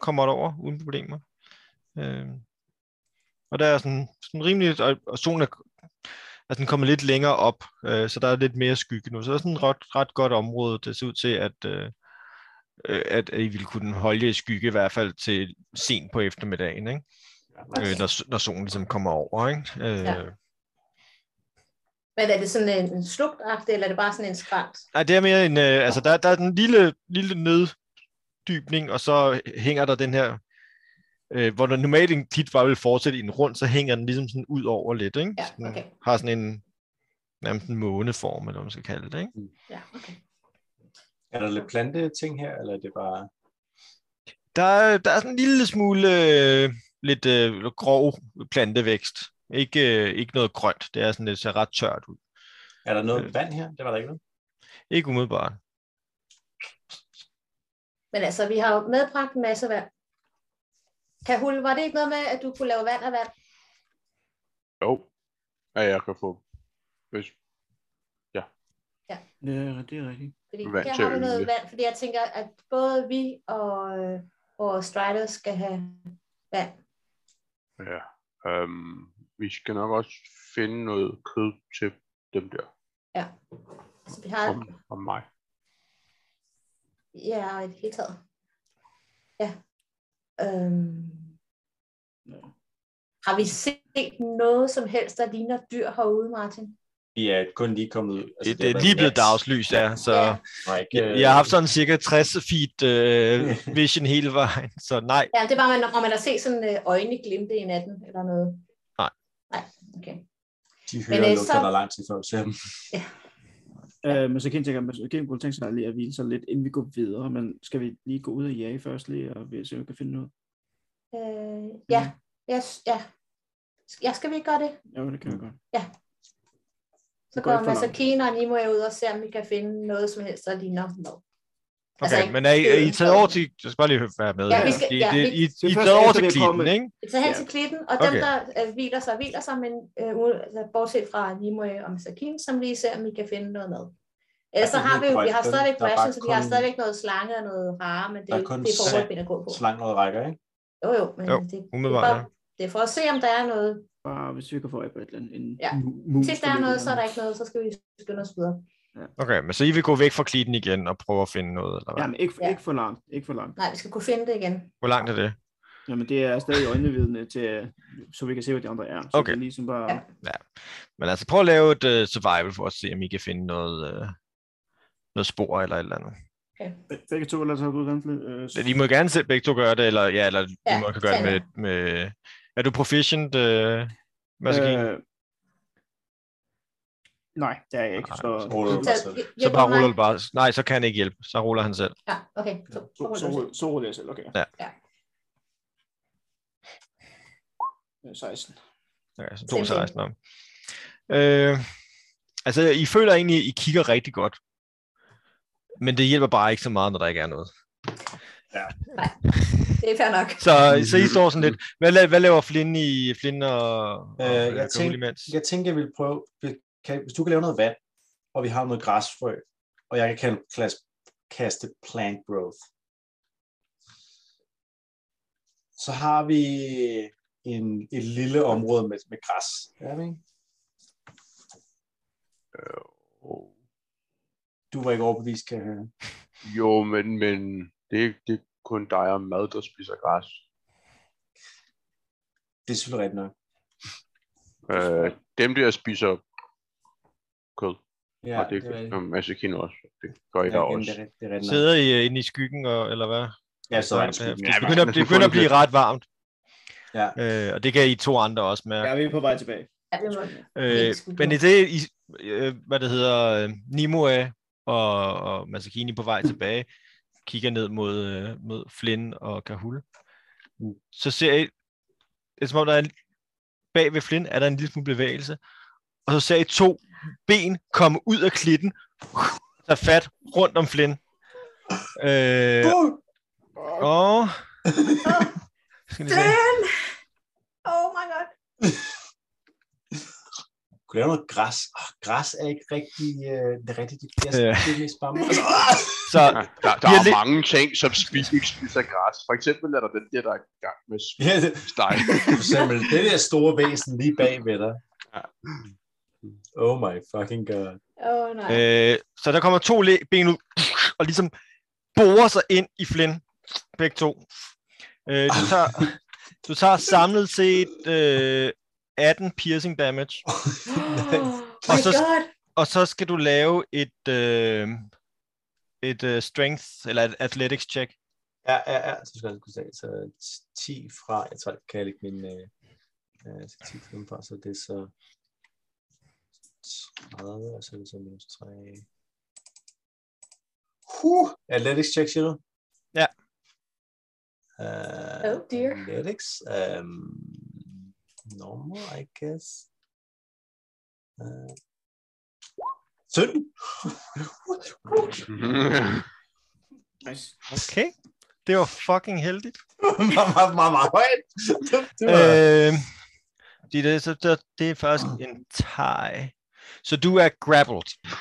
S5: kommer derover uden problemer. Øh, og der er sådan, sådan rimelig, og, og solen er, er sådan kommet lidt længere op, øh, så der er lidt mere skygge nu. Så der er sådan et ret, ret godt område, det ser ud til, at, øh, øh, at I ville kunne holde jer i skygge, i hvert fald til sent på eftermiddagen, ikke? Øh, når, s- når solen ligesom kommer over. Ikke? Øh,
S3: Ja. Men er det sådan en, en slugtagtig, eller er det bare sådan en skrant?
S5: Nej, det er mere en, øh, altså der, der er den lille, lille neddybning, og så hænger der den her, øh, hvor der normalt en klit bare vil fortsætte i en rund, så hænger den ligesom sådan ud over lidt, ikke?
S3: Ja,
S5: Sådan,
S3: okay.
S5: Har sådan en, nærmest en måneform, eller hvad man skal kalde det, ikke?
S3: Ja, okay.
S2: Er der lidt plante ting her, eller er det bare...
S5: Der, er- der er sådan en lille smule øh, lidt øh, grov plantevækst. Ikke, øh, ikke noget grønt, det er sådan, det ser ret tørt ud.
S2: Er der noget
S5: Øh.
S2: vand her? Det var der ikke noget.
S5: Ikke umiddelbart.
S3: Men altså, vi har jo medbragt en masse vand. Kahul, var det ikke noget med, at du kunne lave vand af vand?
S1: Jo. Ja, jeg kan få hvis
S4: Ja, det er rigtigt.
S3: Fordi
S1: Vand
S3: vand her
S1: til
S3: har vi noget
S1: yngle.
S3: vand, fordi jeg tænker, at både vi og, øh, og Strider skal have vand.
S1: Ja. Øhm, vi skal nok også finde noget kød til dem der.
S3: Så vi har,
S1: Om, om mig.
S3: ja, i det hele taget. Ja. Øhm.
S4: Ja.
S3: Har vi set noget som helst, der ligner dyr herude, Martin?
S2: Vi er kun lige kommet altså, ud.
S5: Det, Altså, det
S2: har
S5: er
S2: været
S5: lige blevet
S2: nat.
S5: dagslys, ja, så...
S3: Ja.
S2: Nej, ikke,
S5: Jeg,
S2: øh,
S5: jeg har haft sådan cirka 60 feet øh, vision hele vejen, så nej.
S3: Ja, det var, man, om man har set sådan øh, øjne glimte i natten eller noget.
S5: Nej.
S3: Nej, okay.
S2: De hører
S3: øh,
S2: lugter,
S3: så-
S2: der er lang tid før vi ser dem.
S4: Øh, Masakin tænker, Masakin kunne tænke sig lige at hvile sig lidt, inden vi går videre, men skal vi lige gå ud og jage først lige, og vi se, om vi kan finde noget?
S3: Øh, ja, jeg, ja. ja, skal vi ikke gøre det?
S4: Ja, det kan vi godt.
S3: Så
S4: går ikke
S3: går
S4: for
S3: Mads
S4: langt.
S3: og Kina og Nimo ud og ser, om vi kan finde noget som helst, der ligner mad. Altså,
S5: Okay,
S3: ikke-
S5: men er I, er I taget over til... Jeg skal bare lige høre, hvad jeg er med.
S3: Ja,
S5: her,
S4: vi
S3: skal-
S5: fordi
S3: ja,
S5: det,
S3: vi-
S5: I, I
S4: Det
S5: er
S4: er først
S5: taget over
S4: efter,
S5: til
S4: vi er
S5: klitten,
S4: kommet.
S5: ikke?
S3: Så hen
S4: Ja.
S3: til klitten, og dem,
S5: Okay.
S3: der øh, hviler sig, hviler sig, men øh, ude- altså, bortset fra Nimue og Masakin, som lige ser, om vi kan finde noget mad. Ellers
S2: Der
S3: så
S2: er
S3: har
S2: ikke
S3: vi jo,
S2: noget
S3: vi har
S2: grønt,
S3: stadigvæk
S2: der er bare
S3: passion, så vi har
S2: kun-
S3: stadigvæk noget slange og noget rare, men det,
S2: Der
S3: er
S2: er
S3: jo-
S2: kun
S3: det er for
S2: sand.
S3: hurtigt ben at gå på.
S2: Så langt noget rækker, ikke?
S3: Jo, jo, men
S5: Jo,
S3: det, det, er
S5: umiddelbart,
S3: bare, det er for at se, om der er noget.
S4: Bare hvis vi kan få øje på et eller andet. En
S3: Ja.
S4: mu- mus,
S3: Hvis der er
S4: ligger
S3: noget, så er
S4: dernede.
S3: der ikke noget, så skal vi skynde os videre.
S5: Okay, men så I vil gå væk fra klitten igen og prøve at finde noget, eller hvad?
S4: Jamen, ikke,
S3: Ja.
S4: ikke for langt. Ikke for langt.
S3: Nej, vi skal kunne finde det igen.
S5: Hvor langt er det?
S4: Jamen, det er stadig øjnevidende til, så vi kan se, hvad de andre er. Så
S5: Okay.
S4: det er ligesom bare...
S3: Ja.
S5: Men altså, prøv at lave et uh, survival for at se, om I kan finde noget, uh, noget spor eller et eller andet.
S4: Be- Begge to, eller så har du udgangslet. Øh,
S5: I må gerne selv begge to gøre det, eller, ja, eller ja,
S3: Ja,
S5: I må kan gøre det med,
S3: tag Øh,
S5: med... Er du proficient, uh, Masaki? Øh,
S4: øh, Nej, det er jeg ikke.
S5: Nej,
S4: Så,
S2: så ruller du.
S4: så,
S3: Så,
S2: Altså,
S3: hjælper
S5: så bare
S3: mig.
S5: ruller du bare. Nej, så kan han ikke hjælpe. Så ruller han selv.
S3: Ja, okay. Så, så
S4: så,
S3: ruller du.
S4: ruller- så ruller jeg selv, okay.
S5: Ja.
S3: Ja.
S4: Øh, 16.
S5: Okay, så
S3: Simpelthen.
S5: 16 om. Øh, altså, I føler egentlig, I kigger rigtig godt. Men det hjælper bare ikke så meget, når der ikke er noget.
S3: Det er fair nok.
S5: Så, så I står sådan lidt... Hvad, la- hvad laver Flynn, i, Flynn og,
S2: Øh,
S5: og
S2: jeg
S5: Kahul
S2: tænkte-
S5: imens?
S2: Jeg tænker, jeg vil prøve, vi kan, hvis du kan lave noget vand, og vi har noget græsfrø, og jeg kan kalde- klas, kaste plant growth. Så har vi en, et lille område med, med græs. Ja, ikke?
S1: Oh.
S2: Du var ikke overbevist, kan jeg høre.
S1: Jo, men, men det, er- det er kun dig og mad, der spiser græs.
S2: Det er selvfølgelig rigtigt nok.
S1: Øh, dem der spiser kød,
S2: Ja,
S1: og det,
S2: er rigtigt.
S1: det masse kino også. Det gør jeg
S2: Ja, igen, det,
S1: også.
S2: er, rigtigt- det er rigtigt nok.
S5: Sidder I øh, inde i skyggen, og, eller hvad?
S2: Ja, så er det sgu.
S5: det begynder, det begynder at blive ret varmt,
S2: Ja.
S5: øh, og det kan I to andre også mærke.
S4: Ja, vi er på vej tilbage.
S3: Ja, det må
S5: Øh,
S3: Helt skudt
S5: men i
S3: op.
S5: det, I, øh, hvad det hedder, øh, Nimue og, og Masakini på vej tilbage, kigger ned mod, øh, mod Flynn og Kahul,
S2: Mm.
S5: så ser I, det er som om, der er en, bag ved Flynn er der en lille smule bevægelse, og så ser I to ben komme ud af klitten, der fat rundt om Flynn. Øh,
S2: Uh!
S5: og... Skal lige se.
S3: Flynn! Oh my god.
S2: Kunne lave noget græs. Oh, græs er ikke rigtig, øh, det er rigtigt, det er,
S5: Ja.
S2: det er mest bare... Ah!
S5: Så
S1: Ja, der, der
S5: Vi er
S1: er
S5: lidt-
S1: mange ting, som spiser, ikke spiser græs. For eksempel er der den der, der er i gang med at spise
S2: Ja, det-
S1: dig.
S2: For eksempel, det der store væsen lige bag ved dig.
S1: Ja.
S2: Oh my fucking god.
S3: Åh, oh, nej.
S5: Øh, så der kommer to le- ben ud, og ligesom borer sig ind i Flynn. Begge to. Øh, du, tager, du tager samlet set øh, 18 piercing damage,
S3: Oh,
S5: og
S3: my
S5: så-
S3: god.
S5: og så skal du lave et, øh, et øh, strength, eller et athletics check.
S2: Ja, ja, ja. Så skal jeg skulle sige, så 10 fra, jeg tror, kan jeg lægge min... Øh, øh, så 10 fra, den fra, så det er så 30, og så er det så minus 3. Huh! Athletics check, siger du?
S5: Ja.
S2: Uh,
S3: Oh dear.
S2: Athletics. Um, normal, I guess. Uh, 17.
S4: Nice.
S5: Okay. Det var fucking heldigt.
S2: meget, meget, meget, meget højt. Det var-
S5: Øh, fordi det, så, så, det er først en tie. Så du er grappled.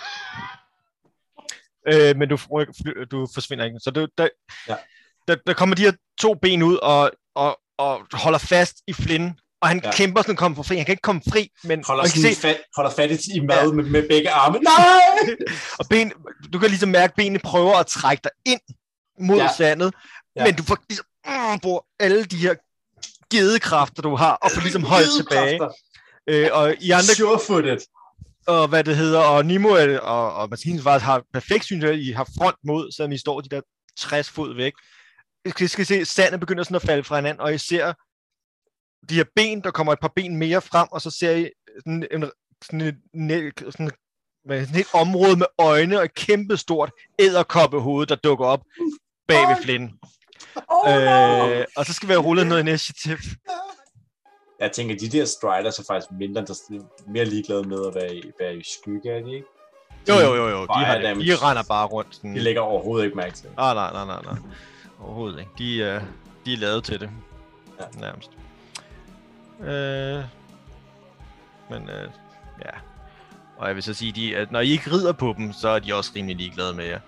S5: Øh, men du, fry- fly- du forsvinder ikke. Så du, der,
S2: Ja.
S5: der, der kommer de her to ben ud og, og, og holder fast i Flynn. Og han
S2: Ja.
S5: ja. kæmper sådan at komme fri. Han kan ikke komme fri, men
S2: holder,
S5: man kan
S2: sådan
S5: se,
S2: fat, holder fat i, i mad med, med begge arme. Nej!
S5: og ben, du kan ligesom mærke, at benene prøver at trække dig ind mod
S2: Ja.
S5: ja. sandet.
S2: Ja.
S5: Ja. Men du får ligesom, mm, bruger alle de her gedekræfter, du har, og får ligesom holdt tilbage. Øh, og I andre
S2: Surefooted.
S5: og hvad det hedder, og Nimo øh, og, og Martinez faktisk har perfekt synes jeg, I har front mod, selvom I står de der 60 fod væk. I skal, skal se, sandet begynder sådan at falde fra hinanden, og I ser de her ben, der kommer et par ben mere frem, og så ser I sådan en, sådan et, næ- sådan, hvad, sådan et område med øjne og et kæmpestort æderkoppehoved, der dukker op bag ved
S3: Åh,
S5: Flynn.
S3: Oh, no.
S5: Øh, og så skal vi have rullet noget initiativ.
S2: Jeg tænker, de der striders er faktisk mindre, der er mere ligeglade med at være i, være i skygge, er de ikke?
S5: Jo, jo, jo, jo. De,
S2: Fire
S5: har,
S2: damage.
S5: de render bare rundt. Sådan.
S2: De lægger overhovedet ikke mærke til. det.
S5: Ah, nej, nej, nej, nej. Overhovedet ikke. De, øh, de er lavet til det.
S2: Ja.
S5: Ja. Nærmest. Øh, men øh, ja. Og jeg vil så sige, de, at når I ikke rider på dem, så er de også rimelig ligeglade med jer.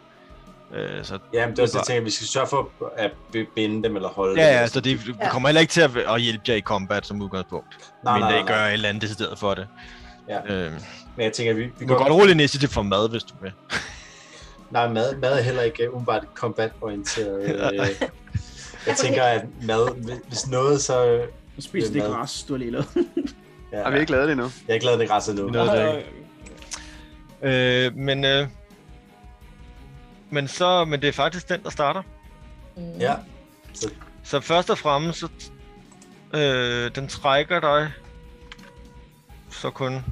S5: Øh, så,
S2: Jamen, det er også det, jeg tænker, vi skal sørge for at binde dem eller holde dem.
S5: ja, altså- ja, så det vi kommer heller ikke til at, at hjælpe jer i combat som udgangspunkt.
S2: nej,
S5: men
S2: nej,
S5: der
S2: nej,
S5: I gør
S2: nej.
S5: et eller andet decideret for det.
S2: Ja.
S5: Øh,
S2: Men jeg tænker, vi, vi
S5: du kan godt rulle initiativ for mad, hvis du vil.
S2: Nej, mad, mad er heller ikke øh, umiddelbart et combat-orienteret. Øh, Jeg tænker, at mad, hvis noget, så...
S4: Nu spiser
S2: Det
S4: det
S2: er mad.
S4: græs, du har lige lavet.
S2: Ja,
S1: Har vi ikke lavet det endnu?
S2: Jeg er glad, at det græsser nu.
S5: Det er noget, der ikke. Øh, men, øh, men, så, men det er faktisk den, der starter.
S3: Mm.
S2: Ja.
S5: Så først og fremmest, så, øh, den trækker dig så kun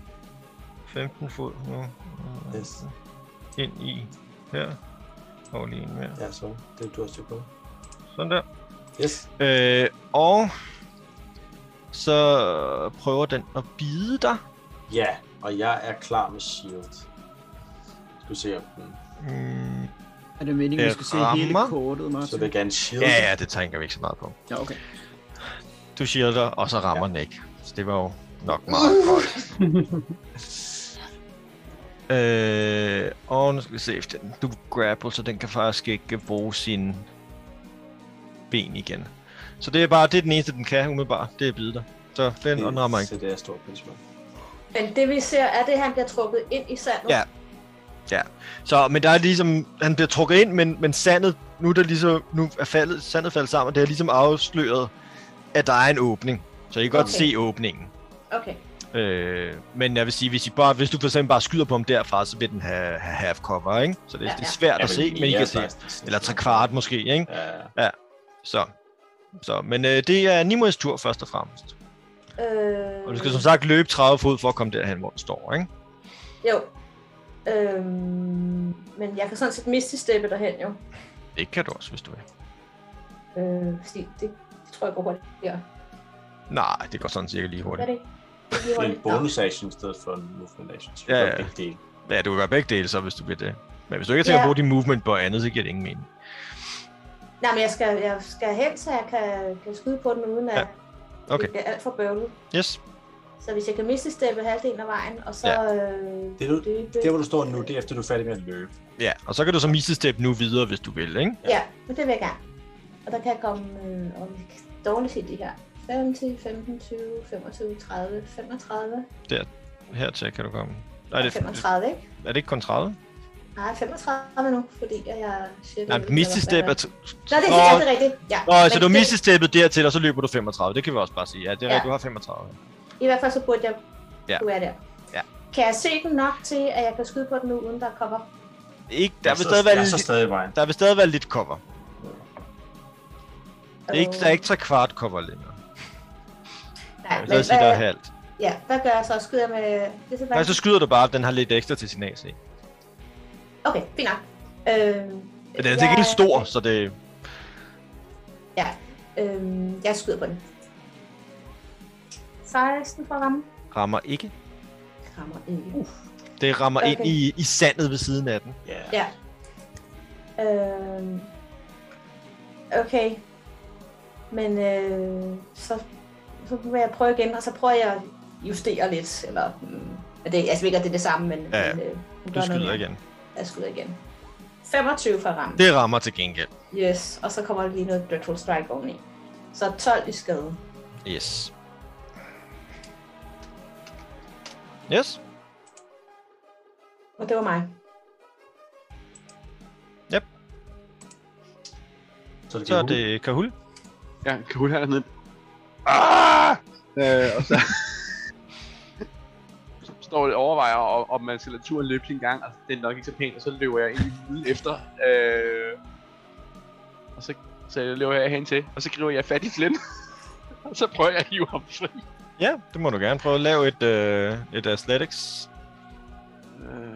S5: 15 fod nu øh,
S2: Yes.
S5: ind i her. Og lige en mere.
S2: Ja, så det er du også på.
S5: Sådan der.
S2: Yes.
S5: Øh, og så prøver den at bide dig.
S2: Ja, og jeg er klar med shield. Skal vi se om den...
S5: Mm,
S4: Er det meningen, at vi
S5: Det
S4: skal se hele
S5: rammer.
S4: kortet,
S2: Så
S4: Martin?
S2: vil jeg gerne shield.
S5: ja, ja, det tænker vi ikke så meget på.
S4: Ja, okay.
S5: Du shielder, og så rammer ja. den ikke. Så det var jo nok meget godt. øh, og nu skal vi se efter den. Du grapple, så den kan faktisk ikke bruge sin ben igen. Så det er bare det er den eneste, den kan umiddelbart. Det er at bide dig. Så den, og den rammer ikke.
S2: Så det er stor pris på.
S3: Men det vi ser, er det, at han bliver trukket ind i sandet.
S5: Ja. Så, men der er ligesom, han bliver trukket ind, men, men sandet, nu er, der ligesom, nu er faldet, sandet faldet sammen, og det er ligesom afsløret, at der er en åbning. Så I kan godt
S3: Okay.
S5: se åbningen.
S3: Okay.
S5: Øh, men jeg vil sige, hvis, I bare, hvis du for eksempel bare skyder på ham derfra, så vil den have, have half cover, ikke? Så det,
S3: Ja,
S5: ja, det er
S3: ja.
S5: svært at se, men I kan se. Eller tre kvart måske, ikke?
S2: Ja,
S5: Så. Så, men øh, det er Nimoys tur først og fremmest.
S3: Øh...
S5: Og du skal som sagt løbe 30 fod for at komme derhen, hvor du står, ikke?
S3: Jo. Øhm, men jeg kan sådan set miste steppe derhen, jo.
S5: Det kan du også, hvis du vil.
S3: Øh, fordi det, det tror jeg går hurtigt. Ja.
S5: Nej, det går sådan cirka lige
S3: Er
S5: hurtigt.
S3: det ikke? Det er lige
S2: det er
S3: hurtigt.
S2: en bonus action i stedet for en movement action. Så
S5: Ja,
S2: det er
S5: ja.
S2: begge dele.
S5: Ja, du kan gøre begge dele så, hvis du vil det. Men hvis du ikke har tænkt at
S3: Ja.
S5: bruge din movement på andet, så giver det ingen mening.
S3: Nå. Nej, men jeg skal, jeg skal hen, så jeg kan, kan skyde på den, uden at
S5: Ja. Okay.
S3: det er alt for bøvlet.
S5: Yes.
S3: Så hvis jeg kan miste steppe halvdelen af vejen, og så...
S5: Ja.
S3: Øh,
S2: Det er du-
S3: det,
S2: Der, hvor du står nu, det er efter, du er færdig med at løbe.
S5: Ja, og så kan du så mistestep nu videre, hvis du vil, ikke?
S3: Ja, men det vil jeg gerne. Og der kan jeg komme øh, og vi kan dårligt se de her. 15, 15, 20, 25, 30, 35
S5: Hertil kan du komme. Nej,
S3: og
S5: det,
S3: 35, ikke?
S5: er det ikke kun 30?
S3: Nej, 35 nu, fordi jeg, jeg siger
S5: Nej,
S3: ikke, hvad-
S5: mistestep er...
S3: hvad-
S5: t-
S3: Nå, det er altså,
S5: Nå,
S3: helt det er rigtigt. Ja.
S5: Nå, så
S3: Men
S5: du
S3: det-
S5: mister steppet dertil, og så løber du 35. Det kan vi også bare sige. Ja, det
S3: Ja.
S5: er ja. rigtigt, du har 35.
S3: I hvert fald så burde jeg
S5: Ja.
S3: ja. kunne være der.
S5: Ja.
S3: Kan jeg se den nok til, at jeg kan skyde på den nu, uden der er cover?
S5: Ikke, der,
S2: Jeg
S5: vil
S2: så-
S5: stadig være
S2: Jeg er så
S5: lidt,
S2: stadig i vejen.
S5: der vil stadig være lidt cover. Det er ikke,
S3: Øh,
S5: der er ikke tre kvart cover længere.
S3: Nej,
S5: Så
S3: men
S5: vil sige, der er
S3: hvad,
S5: halvt.
S3: ja, hvad gør jeg så? Skyder jeg med... Det er så
S5: Nej, så skyder du bare, at den har lidt ekstra til sin AC.
S3: Okay, fint nok. Øh,
S5: Men den er til gengæld stor, så det...
S3: Ja, øh, jeg skyder på den. 16 for at ramme.
S5: rammer ikke.
S3: Rammer ikke. Uh.
S5: Det rammer okay. ind
S3: Okay.
S5: i, i sandet ved siden af den.
S2: Ja.
S3: Ja. Øh, okay. Men øh, så, så vil jeg prøve igen, og så prøver jeg at justere lidt. Eller, mm, men det, altså ikke, at det er det samme, men...
S5: Ja, ja.
S3: men, øh,
S5: Du
S3: gør noget
S5: skyder
S3: mere.
S5: igen.
S3: Jeg skyder igen. 25 for at ramme.
S5: Det rammer til gengæld.
S3: Yes, og så kommer der lige noget Dreadful Strike oveni. Så 12 i skade.
S5: Yes. Yes.
S3: Og det var mig.
S2: Så det
S5: Så er
S2: kan det...
S5: det Kahul.
S1: Ja, kan hun have dernede? Ah! Øh, og så... så står det og overvejer, om, om man skal lade turen løbe en gang, og det er nok ikke så pænt, og så løber jeg ind i ude efter. Øh, og så, så løber jeg hen til, og så griber jeg fat i Flynn. og så prøver jeg at hive ham fri.
S5: Ja, det må du gerne prøve. Lav et, øh, et athletics.
S1: Øh,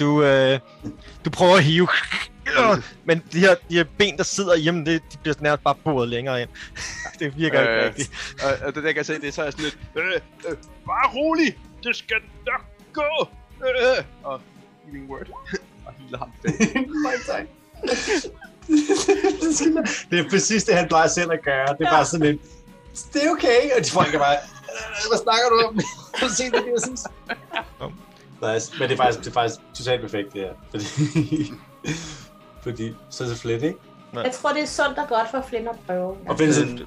S5: Du, øh, du prøver at hive, men de her, de her ben, der sidder i ham, det, de bliver nærmest bare boret længere ind. det virker øh, ikke
S1: Øh.
S5: rigtigt.
S1: og, og det der kan jeg se, det er så er jeg sådan lidt, øh, øh, bare rolig, det skal nok gå. Øh, øh." og healing word. og healer ham.
S2: Nej, tak. Det skal man- det er præcis det, han plejer selv at gøre. Det er bare sådan en, det er okay, og de folk er bare, "Øh, hvad snakker du om? Har du set det, jeg synes?
S5: Nå.
S2: Nice. Men det er faktisk, det er faktisk totalt perfekt, det her. Fordi, fordi så er det flet, ikke?
S3: Jeg tror, det er sundt og godt for Flynn at prøve.
S2: Og Flynn sådan,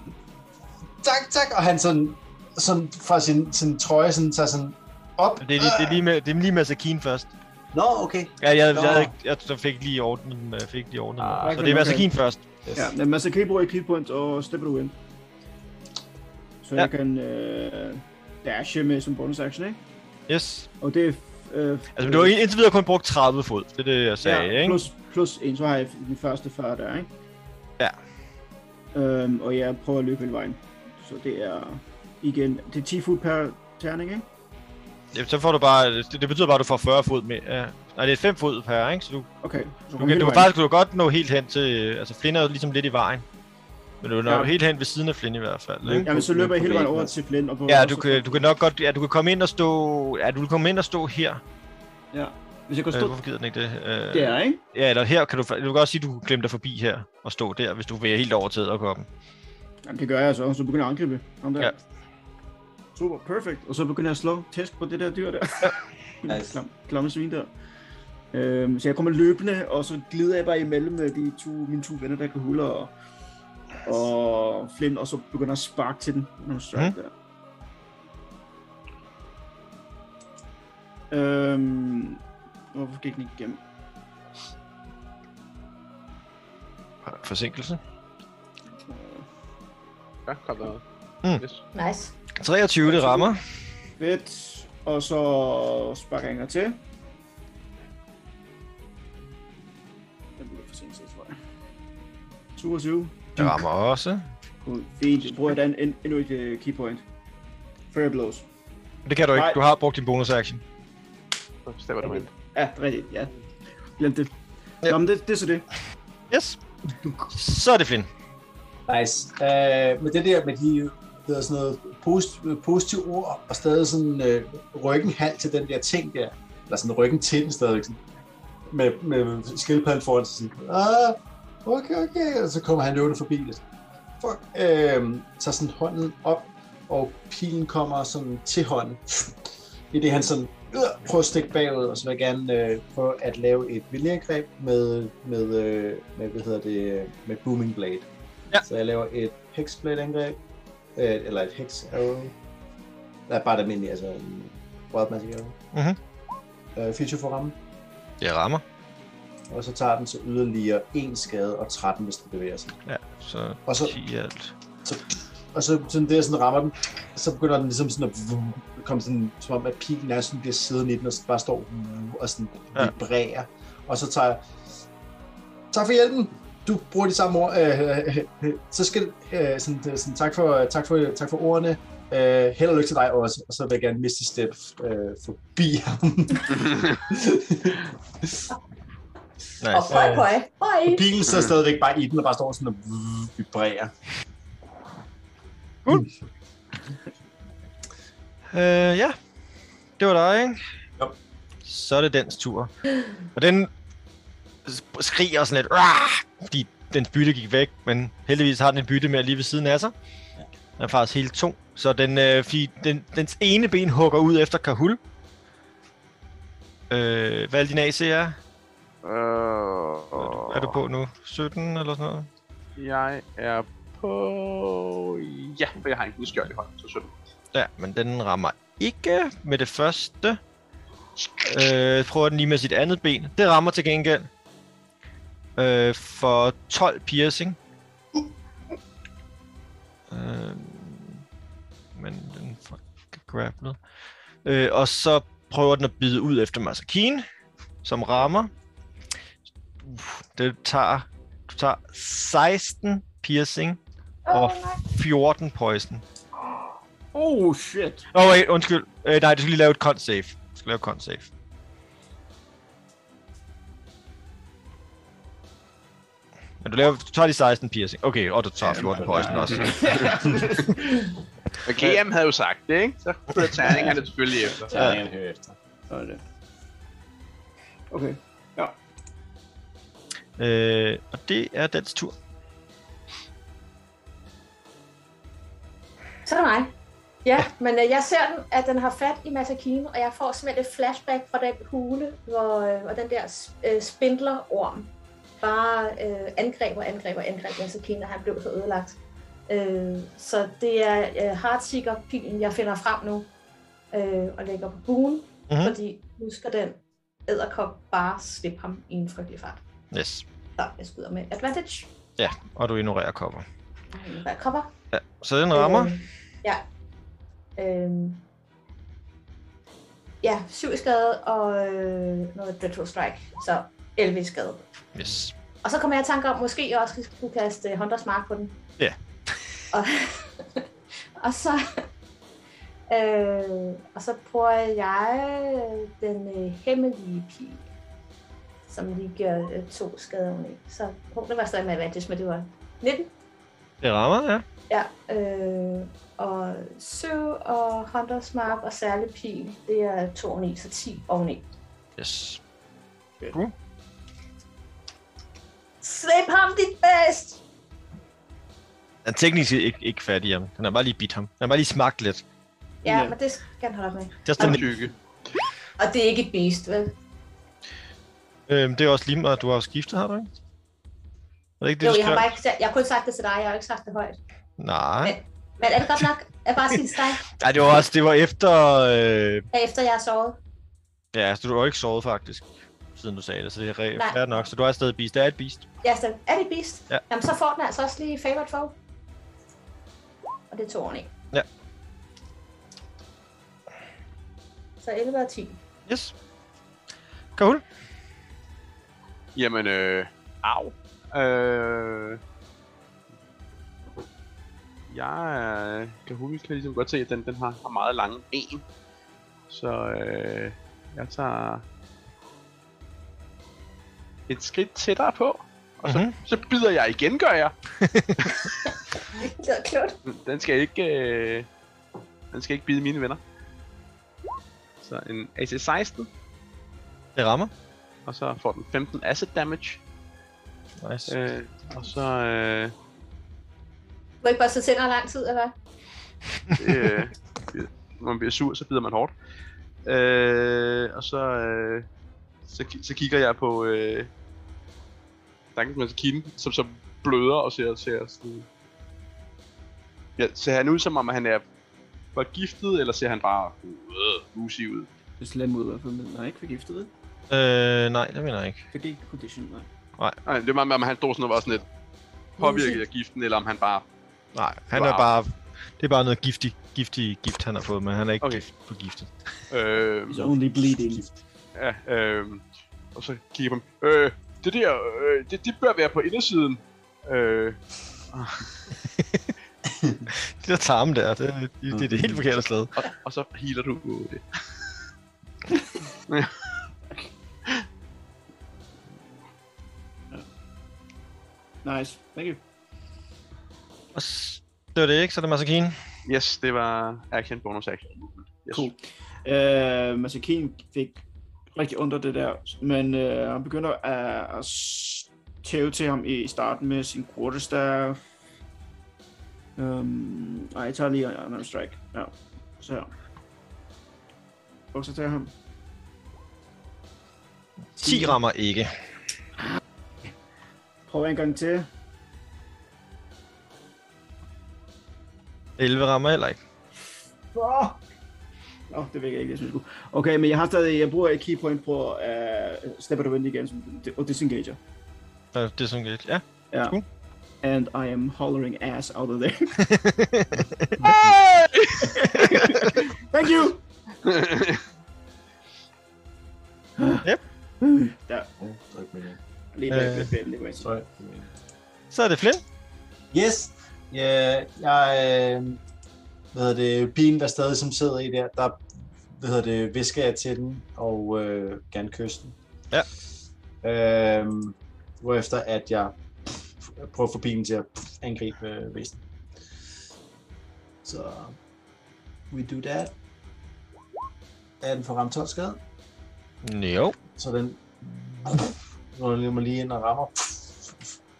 S2: tak, tak, og han sådan, sådan fra sin, sin trøje sådan, tager sådan op.
S5: Det er, lige- det er lige med, det er lige med Sakin først.
S2: Nå, okay.
S5: Ja, jeg,
S2: Nå.
S5: jeg, jeg, jeg, jeg fik lige ordnet, den, øh, fik lige ordnet.
S2: Ah,
S5: Ah, så
S4: okay,
S5: det er
S4: okay.
S5: Vasakin først.
S2: Yes.
S4: Ja, men så kan I bruge et point, og stepper du ind. Så
S5: Ja.
S4: jeg kan øh, dashe med som bonus action, ikke?
S5: Yes.
S4: Og det er... Øh,
S5: Altså, men du har ind- indtil videre kun brugt 30 fod. Det er det, jeg sagde, ja, ikke?
S4: plus, plus en, så har jeg den første 40 der, ikke?
S5: Ja.
S4: Øhm, og jeg prøver at løbe hele vejen. Så det er igen, det er 10 fod per terning, ikke?
S5: Ja, så får du bare... Det, det betyder bare, at du får 40 fod med... Ja. Nej, det er 5 fod per, ikke? Så du,
S4: Okay. Så
S5: du,
S4: kom
S5: kan,
S4: hele
S5: du kan
S4: vejen.
S5: faktisk du kan godt nå helt hen til... Altså, Flynn er jo ligesom lidt i vejen. Men du når
S4: Ja.
S5: ja. helt hen ved siden af Flynn i hvert fald, ikke?
S4: Jamen, så løber jeg hele vejen over til Flint. Og på,
S5: Ja,
S4: og
S5: du
S4: så-
S5: kan, du kan nok godt... Ja, du kan komme ind og stå... Ja, du kan komme ind og stå her.
S4: Ja. Hvis jeg kan
S5: Øh,
S4: stå
S5: hvorfor gider den ikke det? Øh,
S4: der, ikke?
S5: Ja, eller her kan du... fa- Du kan også sige, at du kan klemme dig forbi her og stå der, hvis du vil helt over til æderkoppen.
S4: Jamen, det gør jeg så, og så begynder jeg at angribe ham der.
S5: Ja.
S4: Ja. Super, perfect. Og så begynder jeg at slå tæsk på det der dyr der.
S2: Nice.
S4: Klam, klamme svin der. Øhm, så jeg kommer løbende, og så glider jeg bare imellem øh, de to, mine to venner, der kan hulle og, og Flynn, og så begynder jeg at sparke til den. Nogle strike
S5: Mhm.
S4: mm. der. Øhm, hvorfor gik den ikke igennem?
S5: Forsinkelse.
S1: Ja, kom der.
S5: Mm.
S1: Yes.
S3: Nice.
S5: 23, det rammer.
S4: Fedt. Og så sparker jeg en gang til. Jeg bliver for sent til, tror jeg. 22.
S5: Det rammer også.
S4: Cool. Fint. Jeg bruger den en, endnu et øh, keypoint. Fire blows.
S5: Men Det kan du ikke.
S4: Nej.
S5: Du har brugt din bonus action.
S1: Så stemmer du ind.
S4: Ja, rigtigt. Ja. Glem det.
S5: Ja.
S4: Ja. Nå, men det, det er så det.
S5: Yes. Så er det Flynn.
S2: Nice. Øh, men det der med de der sådan noget posit- positive ord, og stadig sådan øh, ryggen halvt til den der ting der, eller sådan ryggen til den stadigvæk, sådan, med, med skildpadden foran sig, sådan, ah, okay, okay, og så kommer han løbende forbi lidt. Fuck. Øh, tager sådan hånden op, og pilen kommer sådan til hånden. I det han sådan, øh, prøver at stikke bagud, og så vil jeg gerne øh, prøve at lave et viljeangreb med, med, øh, med, hvad hedder det, øh, med Booming Blade. Så jeg laver et hexblade angreb, øh, eller et hex arrow. Nej, bare et almindeligt, altså en wild magic arrow.
S5: Mhm.
S2: Øh, feature for rammen,
S5: Det rammer.
S2: og så tager den så yderligere en skade og 13, hvis den bevæger sig.
S5: Ja, så
S2: Og så,
S5: 10 i alt.
S2: og så sådan der sådan rammer den, så begynder den ligesom sådan at vum, komme sådan, som om at pilen er sådan, bliver siddende i den, og så bare står vum, og sådan
S5: Ja.
S2: vibrerer. Og så tager jeg, tak for hjælpen, du bruger de samme ord, øh, øh, øh, så skal, øh, sådan, øh, sådan, tak, for, tak, for, tak for ordene, øh, held og lykke til dig også, og så vil jeg gerne miste step øh, forbi ham.
S3: Og
S5: Nice.
S3: høj, høj, høj.
S2: Pilen står stadigvæk bare i den, og bare står sådan og vum, vibrerer.
S5: Øh, ja. Det var dig, ikke?
S2: Jo.
S5: Så er det dens tur. Og den sp- skriger sådan lidt, "Rah!" fordi dens bytte gik væk, men heldigvis har den en bytte med lige ved siden af sig. Den er faktisk helt to. Så den, øh, fordi den, dens ene ben hugger ud efter Kahul. Øh, hvad er din AC er?
S1: Øh,
S5: Er du på nu? 17 eller sådan noget?
S1: Jeg er på... Ja, for jeg har en gudskjold i hånden, så 17.
S5: Ja, men den rammer ikke med det første. Øh, prøver den lige med sit andet ben. Det rammer til gengæld. Øh, for 12 piercing. Øh, men den får ikke grapplet. Øh, og så prøver den at bide ud efter Masakine, som rammer. Uff, Det tager, du tager 16 piercing og 14 poison.
S4: Oh, shit.
S5: Åh, oh, wait, undskyld. Øh, nej, du skal lige lave et con save. Du skal lave et con save. Men du, laver, du tager de 16 piercing. Okay, og du tager 14 poison også.
S1: Men GM havde jo sagt det, ikke? Så kunne jeg terningerne selvfølgelig efter.
S2: Så er en hører efter.
S4: Så er det. Okay. Ja.
S5: Øh, og det er dens tur.
S3: Så er det mig. Ja, men øh, jeg ser, den, at den har fat i Masakine, og jeg får simpelthen et flashback fra den hule, hvor, øh, hvor den der sp- øh, spindlerorm bare øh, angreb og angreb og angreb Masakine, og han blev så ødelagt. Øh, så det er øh, hardseeker-pilen, jeg finder frem nu, øh, og lægger på buen,
S5: Mhm.
S3: mm-hmm. fordi nu skal den æderkop bare slippe ham i en frygtelig fart.
S5: Yes.
S3: Så jeg skyder med advantage.
S5: Ja, og du ignorerer kopper.
S3: Hvad kommer?
S5: Ja, så den rammer.
S3: Øhm, ja. Øhm. Ja, 7 i skade og øh, noget Dreadful Strike, så 11 i skade.
S5: Yes.
S3: Og så kommer jeg i tanke om, måske jeg også skulle kaste øh, Hunters Mark på den.
S5: Ja.
S3: Og, og så... Øh, og så bruger jeg øh, den øh, hemmelige pil, som lige gør øh, to skader oveni. Så oh, det var stadig med advantage, men det var 19.
S5: Det rammer, ja.
S3: Ja, øh, og søv og Hunters Mark og særlig pil, det er 2 oveni, så 10 oveni.
S5: Yes.
S1: Uh,
S3: Slip ham dit bedst!
S5: Han er teknisk set ikke, ikke fat i ham. Han har bare lige bidt ham. Han har bare lige smagt lidt.
S3: Ja,
S4: Ja.
S3: men det skal han holde op med.
S5: Det er,
S1: Den
S5: sådan,
S1: tykke.
S3: Og det er ikke et beast, vel?
S5: øhm, det er også lige meget, du har jo skiftet, har du ikke? Er det ikke det,
S3: jo,
S5: du
S3: jeg har,
S5: skrev?
S3: bare ikke, sa- jeg har kun sagt det til dig, jeg har ikke sagt det højt.
S5: Nej.
S3: Men er det godt nok? Jeg bare sige det til dig,
S5: Nej, det var også, det var efter... Øh,
S3: at efter jeg har sovet.
S5: ja, altså, du har jo ikke sovet faktisk, siden du sagde det, så det er re-
S3: Nej.
S5: fair nok. Så du er stadig beast. Det er et beast.
S3: Jeg er sådan, er det et beast?
S5: Ja.
S3: Jamen, så får den altså også lige favorite foe. Og det er to ordentligt.
S5: Ja.
S3: Så 11 og 10.
S5: Yes. Cool.
S1: Jamen, øh, au. Øh, jeg øh, kan huske, kan ligesom godt se, at den, den har, har meget lange ben. Så øh, jeg tager et skridt tættere på, og så,
S5: Mhm.
S1: mm-hmm. så bider jeg igen, gør jeg.
S3: Det lyder klogt.
S1: Den skal ikke, øh, den skal ikke bide mine venner. Så en AC-16,
S5: Det rammer.
S1: og så får den 15 acid damage.
S5: Nice.
S1: Øh, og så... Øh,
S3: Du har ikke bare sidde tænder i lang tid, eller hvad?
S1: øh, når man bliver sur, så bider man hårdt. Øh, og så, øh, så, ki- så kigger jeg på øh, Dankens Maskine, som, som bløder og ser, ser sådan... Ja, ser han ud som om, han er forgiftet, eller ser han bare øh, usig ud?
S4: Det er slem ud i hvert fald, men han er ikke forgiftet, vel?
S5: Øh, nej, det mener jeg ikke.
S4: For det er ikke condition, nej.
S1: Nej, det var meget med, om han stod sådan og var sådan lidt påvirket af giften, eller om han bare...
S5: Nej, han
S1: Wow.
S5: er bare... Det er bare noget giftig, giftig gift, han har fået, men han er ikke
S1: Okay.
S5: okay. gift, forgiftet.
S1: Øh,
S4: He's only bleeding.
S1: ja, øh, og så kigger jeg på ham. Øh, det der, øh, det, det bør være på indersiden. Øh,
S5: Det der tarme der, det, det, det
S1: Mhm.
S5: er det helt forkerte sted.
S1: og, og så healer du øh, det.
S4: Nice, thank you.
S5: Og s- det var det ikke, så er det Masakine.
S1: Yes, det var action bonus action. movement. Yes.
S4: Cool. Øh, Masakin fik rigtig under det der, men øh, han begynder at, at s- tæve til ham i starten med sin quarterstaff. Øhm, ej, jeg tager lige en anden strike. Ja, så her. Bukser til ham.
S5: 10
S1: Mm.
S5: rammer ikke.
S4: Prøv en gang til.
S5: 11 rammer heller ikke.
S4: Åh, Nå, det vækker ikke, det synes jeg skulle. Okay, men jeg har stadig, jeg bruger et key point på at uh, step out of wind igen, som, og disengager.
S5: Nå, Det er sådan lidt, ja.
S4: Ja.
S5: Cool.
S4: And I am hollering ass out of there. Thank you!
S5: Yep.
S2: Ja, det
S4: Der,
S2: er ikke meningen.
S4: lige
S5: Øh.
S4: med, med, med, med, med.
S2: Det er ikke meningen.
S5: så er det Flynn.
S2: Yes. Ja, jeg, øh, hvad hedder det, pigen, der stadig som sidder i der, der hvad hedder det, visker jeg til den og øh, gerne kysse den.
S5: Ja.
S2: Øh, hvorefter at jeg prøver at få pigen til at angribe øh, væsen. Så we do that. Er den for ramt 12 skade?
S5: Jo.
S2: Så den ruller mig lige ind og rammer.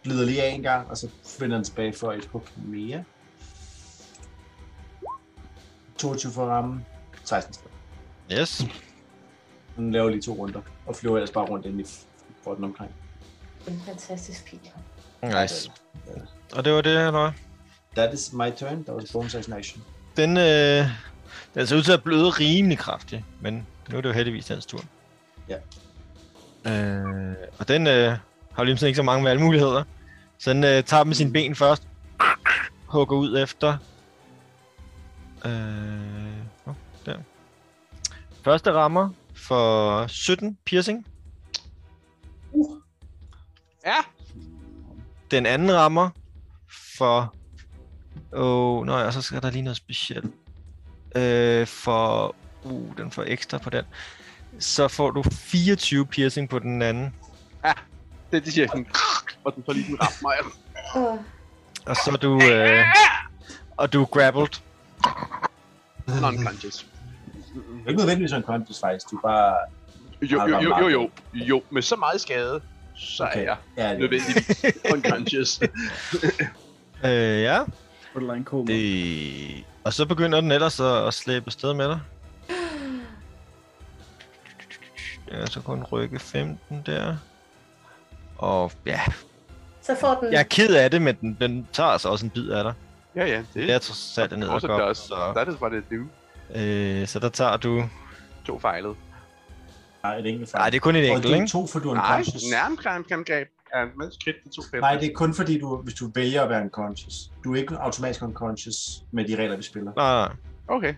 S2: Glider lige af en gang, og så vender den tilbage for et hug mere. 22 for at ramme. 16 skade.
S5: Yes.
S2: Den laver lige to runder, og flyver ellers bare rundt ind i botten omkring.
S3: En fantastisk pil.
S5: Nice. Og det var det, eller hvad?
S2: That is my turn. Der var en bonus action action.
S5: Den, øh, den ser ud til at bløde rimelig kraftigt, men nu er det jo heldigvis hans tur. Øh, og den øh, har Limsen ikke så mange valgmuligheder. Så den øh, tager med sine ben først. Hugger ud efter. Øh, oh, der. Første rammer for 17 piercing.
S1: Ja,
S5: Den anden rammer for... Åh, oh, nej, og så skal der lige noget specielt. Øh, for... Uh, den får ekstra på den. Så får du 24 piercing på den anden.
S1: det de siger sådan, og den får lige den ramt mig.
S3: Åh,
S5: Og så er du... Øh, og du er grappled.
S1: Non-conscious.
S2: Det er ikke nødvendigvis en conscious, faktisk. Du er bare...
S1: Jo, jo, jo, jo, jo, jo, med så meget skade, så okay. er jeg
S2: Ja, det,
S1: nødvendigvis unconscious.
S5: Øh, ja.
S4: Borderline koma. Det...
S5: Det... Og så begynder den ellers at, at slæbe sted med dig. Ja, så kun rykke 15 der. Og ja,
S3: så får den...
S5: jeg er ked af det, men den, den tager altså også en bid af dig.
S1: ja, ja, det
S5: Det er
S1: er
S5: trods alt en
S1: også
S5: edderkop,
S1: does.
S5: så,
S1: That is what it do.
S5: øh, så der tager du...
S1: To fejlede.
S2: er et enkelt fejl.
S5: Nej, det er kun en
S2: Og
S5: enkelt,
S2: det er
S5: ikke?
S2: to, for du er
S1: Nej,
S2: unconscious.
S1: nærmest angreb er med skridt til to fælder.
S2: Nej, det er kun fordi, du, hvis du vælger at være unconscious. Du er ikke automatisk unconscious med de regler, vi spiller.
S5: Nej, nej.
S1: Okay.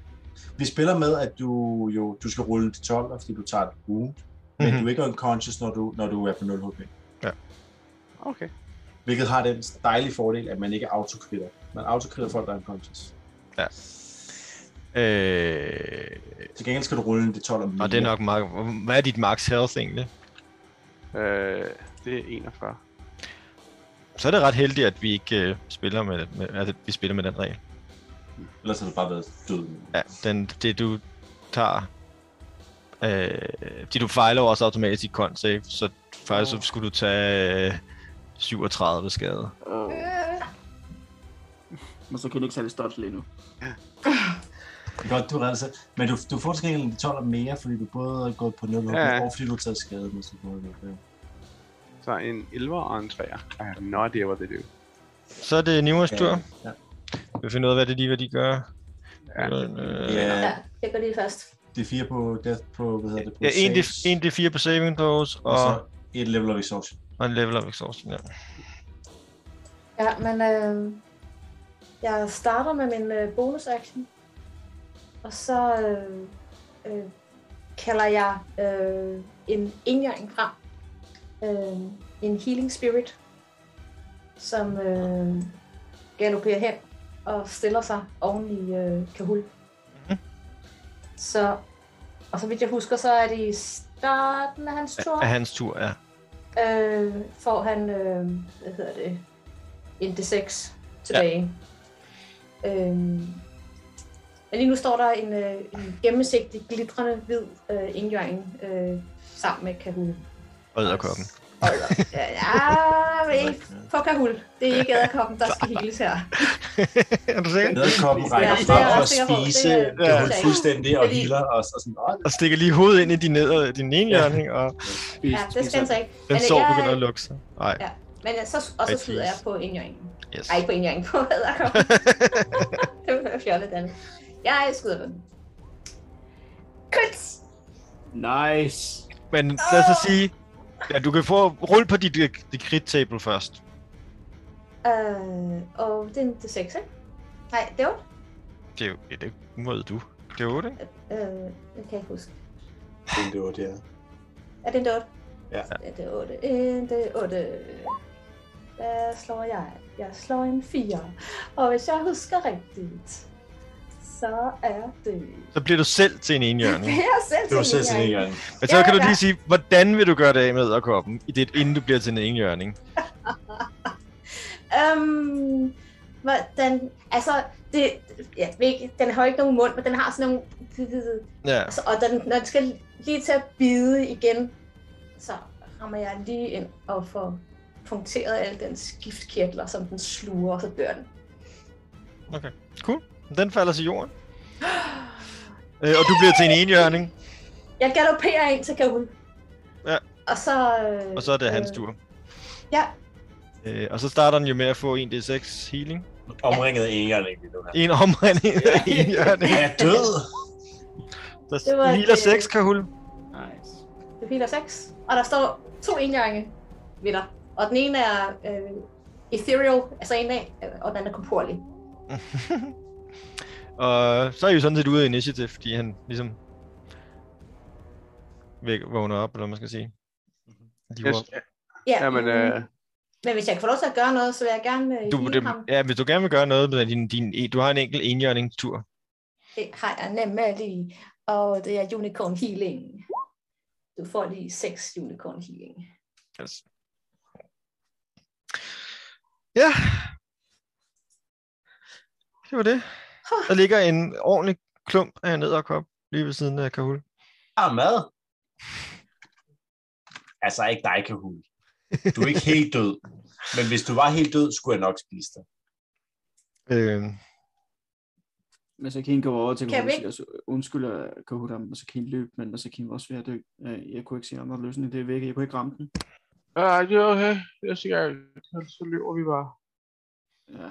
S2: Vi spiller med, at du jo du skal rulle til 12, fordi du tager et wound. Men
S5: Mhm.
S2: mm-hmm. du er ikke unconscious, når du, når du er på 0 HP.
S1: Okay.
S2: Hvilket har den dejlige fordel, at man ikke autokritter. Man autokritter folk, der er unconscious.
S5: Øh,
S2: Til gengæld skal du rulle en D12 om
S5: og det er nok meget... Hvad er dit max health egentlig?
S1: Øh, det er 41.
S5: Så er det ret heldigt, at vi ikke øh, spiller med, med, at vi spiller med den regel.
S2: Ellers har du bare været død.
S5: Ja, den, det du tager... Øh, det du fejler jo også automatisk i con save, så faktisk så skulle du tage øh, 37 skade.
S4: Og,
S3: Øh,
S4: men så kan du ikke særlig stolt lige nu.
S2: Godt, du er altså. Men du, du får til gengæld en D12 mere, fordi du både er gået på 0 HP,
S1: Ja.
S2: ja. og fordi du har taget skade, mens du er gået på 0
S1: Så en 11 og en 3. I have no idea what they do.
S5: Så er det Nimas tur.
S2: Ja.
S5: Vi finder ud af, hvad det lige hvad de gør.
S1: Ja.
S5: Øh,
S2: ja.
S3: ja,
S2: ja.
S3: jeg går lige først.
S2: Det er 4 på, death, på hvad hedder det, på
S5: Ja, en
S2: saves,
S5: D- en D4 på saving throws,
S2: og så
S5: og,
S2: et level of exhaustion.
S5: og en level of exhaustion, ja.
S3: Ja, men øh, jeg starter med min øh, bonus-action, og så øh, øh, kalder jeg øh, en indgjøring frem. Øh, en healing spirit, som øh, galopperer hen og stiller sig oven i øh, Kahul. Mm-hmm. Så, og så vidt jeg husker, så er det i starten af hans tur
S5: Af hans tur, ja.
S3: øh, får han, øh, hvad hedder det, en D6 tilbage. Ja. Øhm, men lige nu står der en, øh, en gennemsigtig, glitrende, hvid øh, indgjøring øh, sammen med Kahul.
S5: Og æderkoppen.
S3: Og- Ja, ja, men ikke på Kahul. Det er ikke æderkoppen, der skal hiles her.
S5: er du sikker?
S2: Nederkoppen rækker
S3: Ja, det er
S2: frem
S3: jeg
S2: for
S3: ret
S2: at
S3: sikker på.
S2: spise
S3: Det er-
S2: det, det,
S3: det er-
S2: fuldstændig og
S3: Fordi-
S2: hviler og, og sådan, åh,
S5: Og stikker lige hovedet ind i din, neder, din ene hjørne, og
S4: Spis,
S3: Ja, det skal han så ikke. Men,
S5: den sår
S3: Altså, jeg-
S5: begynder at lukke sig. Nej,
S3: Ja, men jeg- så, og så skyder jeg på indgjøringen.
S5: yes.
S3: Ej, ikke på indgjøringen, på æderkoppen. det var fjollet, Danne. Jeg skyder på den. Kuts!
S4: Nice.
S5: Men lad os så sige, ja, du kan få rulle på dit, dit crit table først.
S3: Øh, og det er en D6, ikke? Nej, det er 8.
S5: Det er jo, ja, det måde du. Det er 8, ikke?
S3: Øh, jeg kan ikke huske.
S2: det er det her.
S3: Er det en D8?
S2: Ja.
S3: Er det 8? En D8. Hvad slår jeg? Jeg slår en 4. Og hvis jeg husker rigtigt, så er det...
S5: Så bliver du selv til en enhjørning.
S3: Det er selv
S2: Det var selv sådan
S3: enhjørning.
S2: en gang.
S5: Men så
S3: Ja,
S5: kan du lige
S3: ja.
S5: sige, hvordan vil du gøre det af med æderkoppen, i det, inden du bliver til en enhjørning?
S3: Øhm, hvordan... Altså, det, ja, ikke, den har jo ikke nogen mund, men den har sådan nogle...
S5: Ja,
S3: Altså, og da den, når den skal lige til at bide igen, så rammer jeg lige ind og får punkteret alle den skiftkirtler, som den sluger, og så dør den.
S5: cool. Den falder til jorden. Øh, og du bliver til en enhjørning,
S3: Jeg galopperer ind til Kahul.
S5: Ja.
S3: Og så... Øh,
S5: og så er det hans tur.
S3: Ja,
S5: Øh, og så starter den jo med at få 1d6 healing.
S2: Omringet af en gang lige nu. her.
S5: En omregning af enhjørning.
S2: Er jeg død?
S5: Der
S3: Det var
S5: healer
S3: et, øh,
S5: 6, Kahul.
S4: Nice.
S3: det er 6. og der står to engange ved dig. Og den ene er øh, ethereal, altså en af, og den anden er komporlig.
S5: Og så er I jo sådan set ude af initiativ, fordi han ligesom væk, vågner op, eller hvad man skal sige. De
S1: Yes.
S5: yes.
S3: Ja,
S1: Jamen, øh,
S3: men hvis jeg kan få lov til at gøre noget, så vil jeg gerne øh,
S5: du,
S3: du,
S5: det,
S3: ham.
S5: ja, hvis du gerne vil gøre noget med din, din du har en enkelt enhjørningstur.
S3: Det har jeg nemlig. Og det er unicorn healing. Du får lige 6 unicorn healing.
S5: Yes. Ja. Det var det. Der ligger en ordentlig klump af en edderkop lige ved siden af Kahul.
S2: Ah, mad. Altså ikke dig, Kahul. Du er ikke helt død. Men hvis du var helt død, skulle jeg nok spise dig.
S5: Øh,
S4: Men så kan hende gå over til
S3: Kan vi
S4: Kahoot
S3: ikke?
S4: og så undskylder Kahoot ham, og så kan hende løbe, men og så kan hende også være død. Øh, Jeg kunne ikke se andre løsning, det er væk, jeg kunne ikke ramme den.
S1: ah, det er okay. Jeg siger, så løber vi bare.
S4: Ja,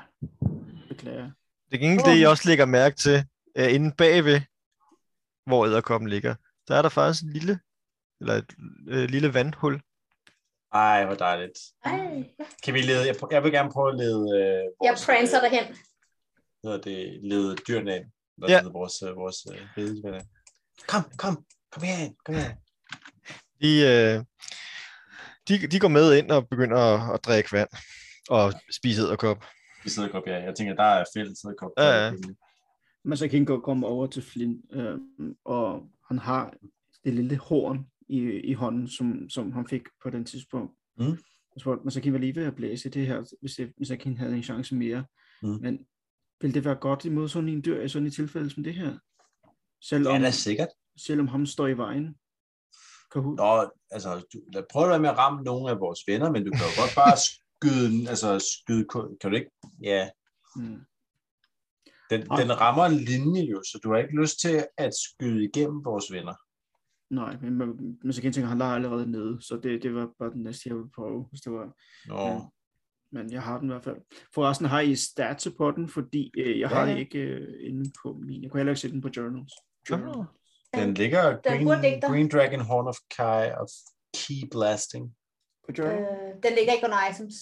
S4: beklager.
S5: det er ikke det, jeg også lægger mærke til. Øh, inden bagved, hvor æderkoppen ligger, der er der faktisk en lille, eller et øh, lille vandhul.
S2: Ej, hvor dejligt.
S3: Ej,
S2: Kan vi lede, jeg, pr- jeg vil gerne prøve at lede, øh,
S3: Ah. jeg
S2: vores,
S3: prancer
S2: øh,
S3: derhen.
S2: hvad hedder det, lede dyrene ind. Hvad
S5: Ja.
S2: ja. vores, øh, vores øh, ridevenner. Kom, kom, kom herind, kom herind.
S5: De, øh, de, de går med ind og begynder at, at drikke vand og spise æderkop.
S2: Vi sidder og ja. Jeg tænker, der er fælles sæderkop.
S5: Ja, ja.
S4: Men så kan hende gå komme over til Flynn, øh, og han har det lille horn i, i hånden, som, som han fik på den tidspunkt.
S2: Mm.
S4: Jeg spurgte, men så kan vi lige ved at blæse i det her, hvis, det, hvis jeg kan have en chance mere.
S2: Mm.
S4: Men vil det være godt imod sådan en dyr i sådan et tilfælde som det her?
S2: Ja,
S4: Selvom,
S2: da sikkert.
S4: selvom ham står i vejen. Kahoot.
S2: Nå, altså, du, lad, prøv at være med at ramme nogle af vores venner, men du kan jo godt bare skyde, den, altså skyde, kun- kan du ikke? Ja,
S4: Mm.
S2: Den,
S4: Nej.
S2: den rammer en linje jo, så du har ikke lyst til at skyde igennem vores venner.
S4: Nej, men, men, men så kan jeg tænke, at han lager allerede nede, så det, det var bare den næste, jeg ville prøve, hvis det var.
S2: Nå,
S4: Ja. Men jeg har den i hvert fald. Forresten har I stats på den, fordi øh, jeg
S2: Ja,
S4: har
S2: ja.
S4: det ikke øh, inde på min. Jeg kunne heller ikke se den på journals. Journal.
S2: den ligger Green,
S3: burde ligge der.
S2: Green Dragon Horn of Kai of Key Blasting.
S4: På journal? Øh.
S3: Øh, den ligger ikke under items.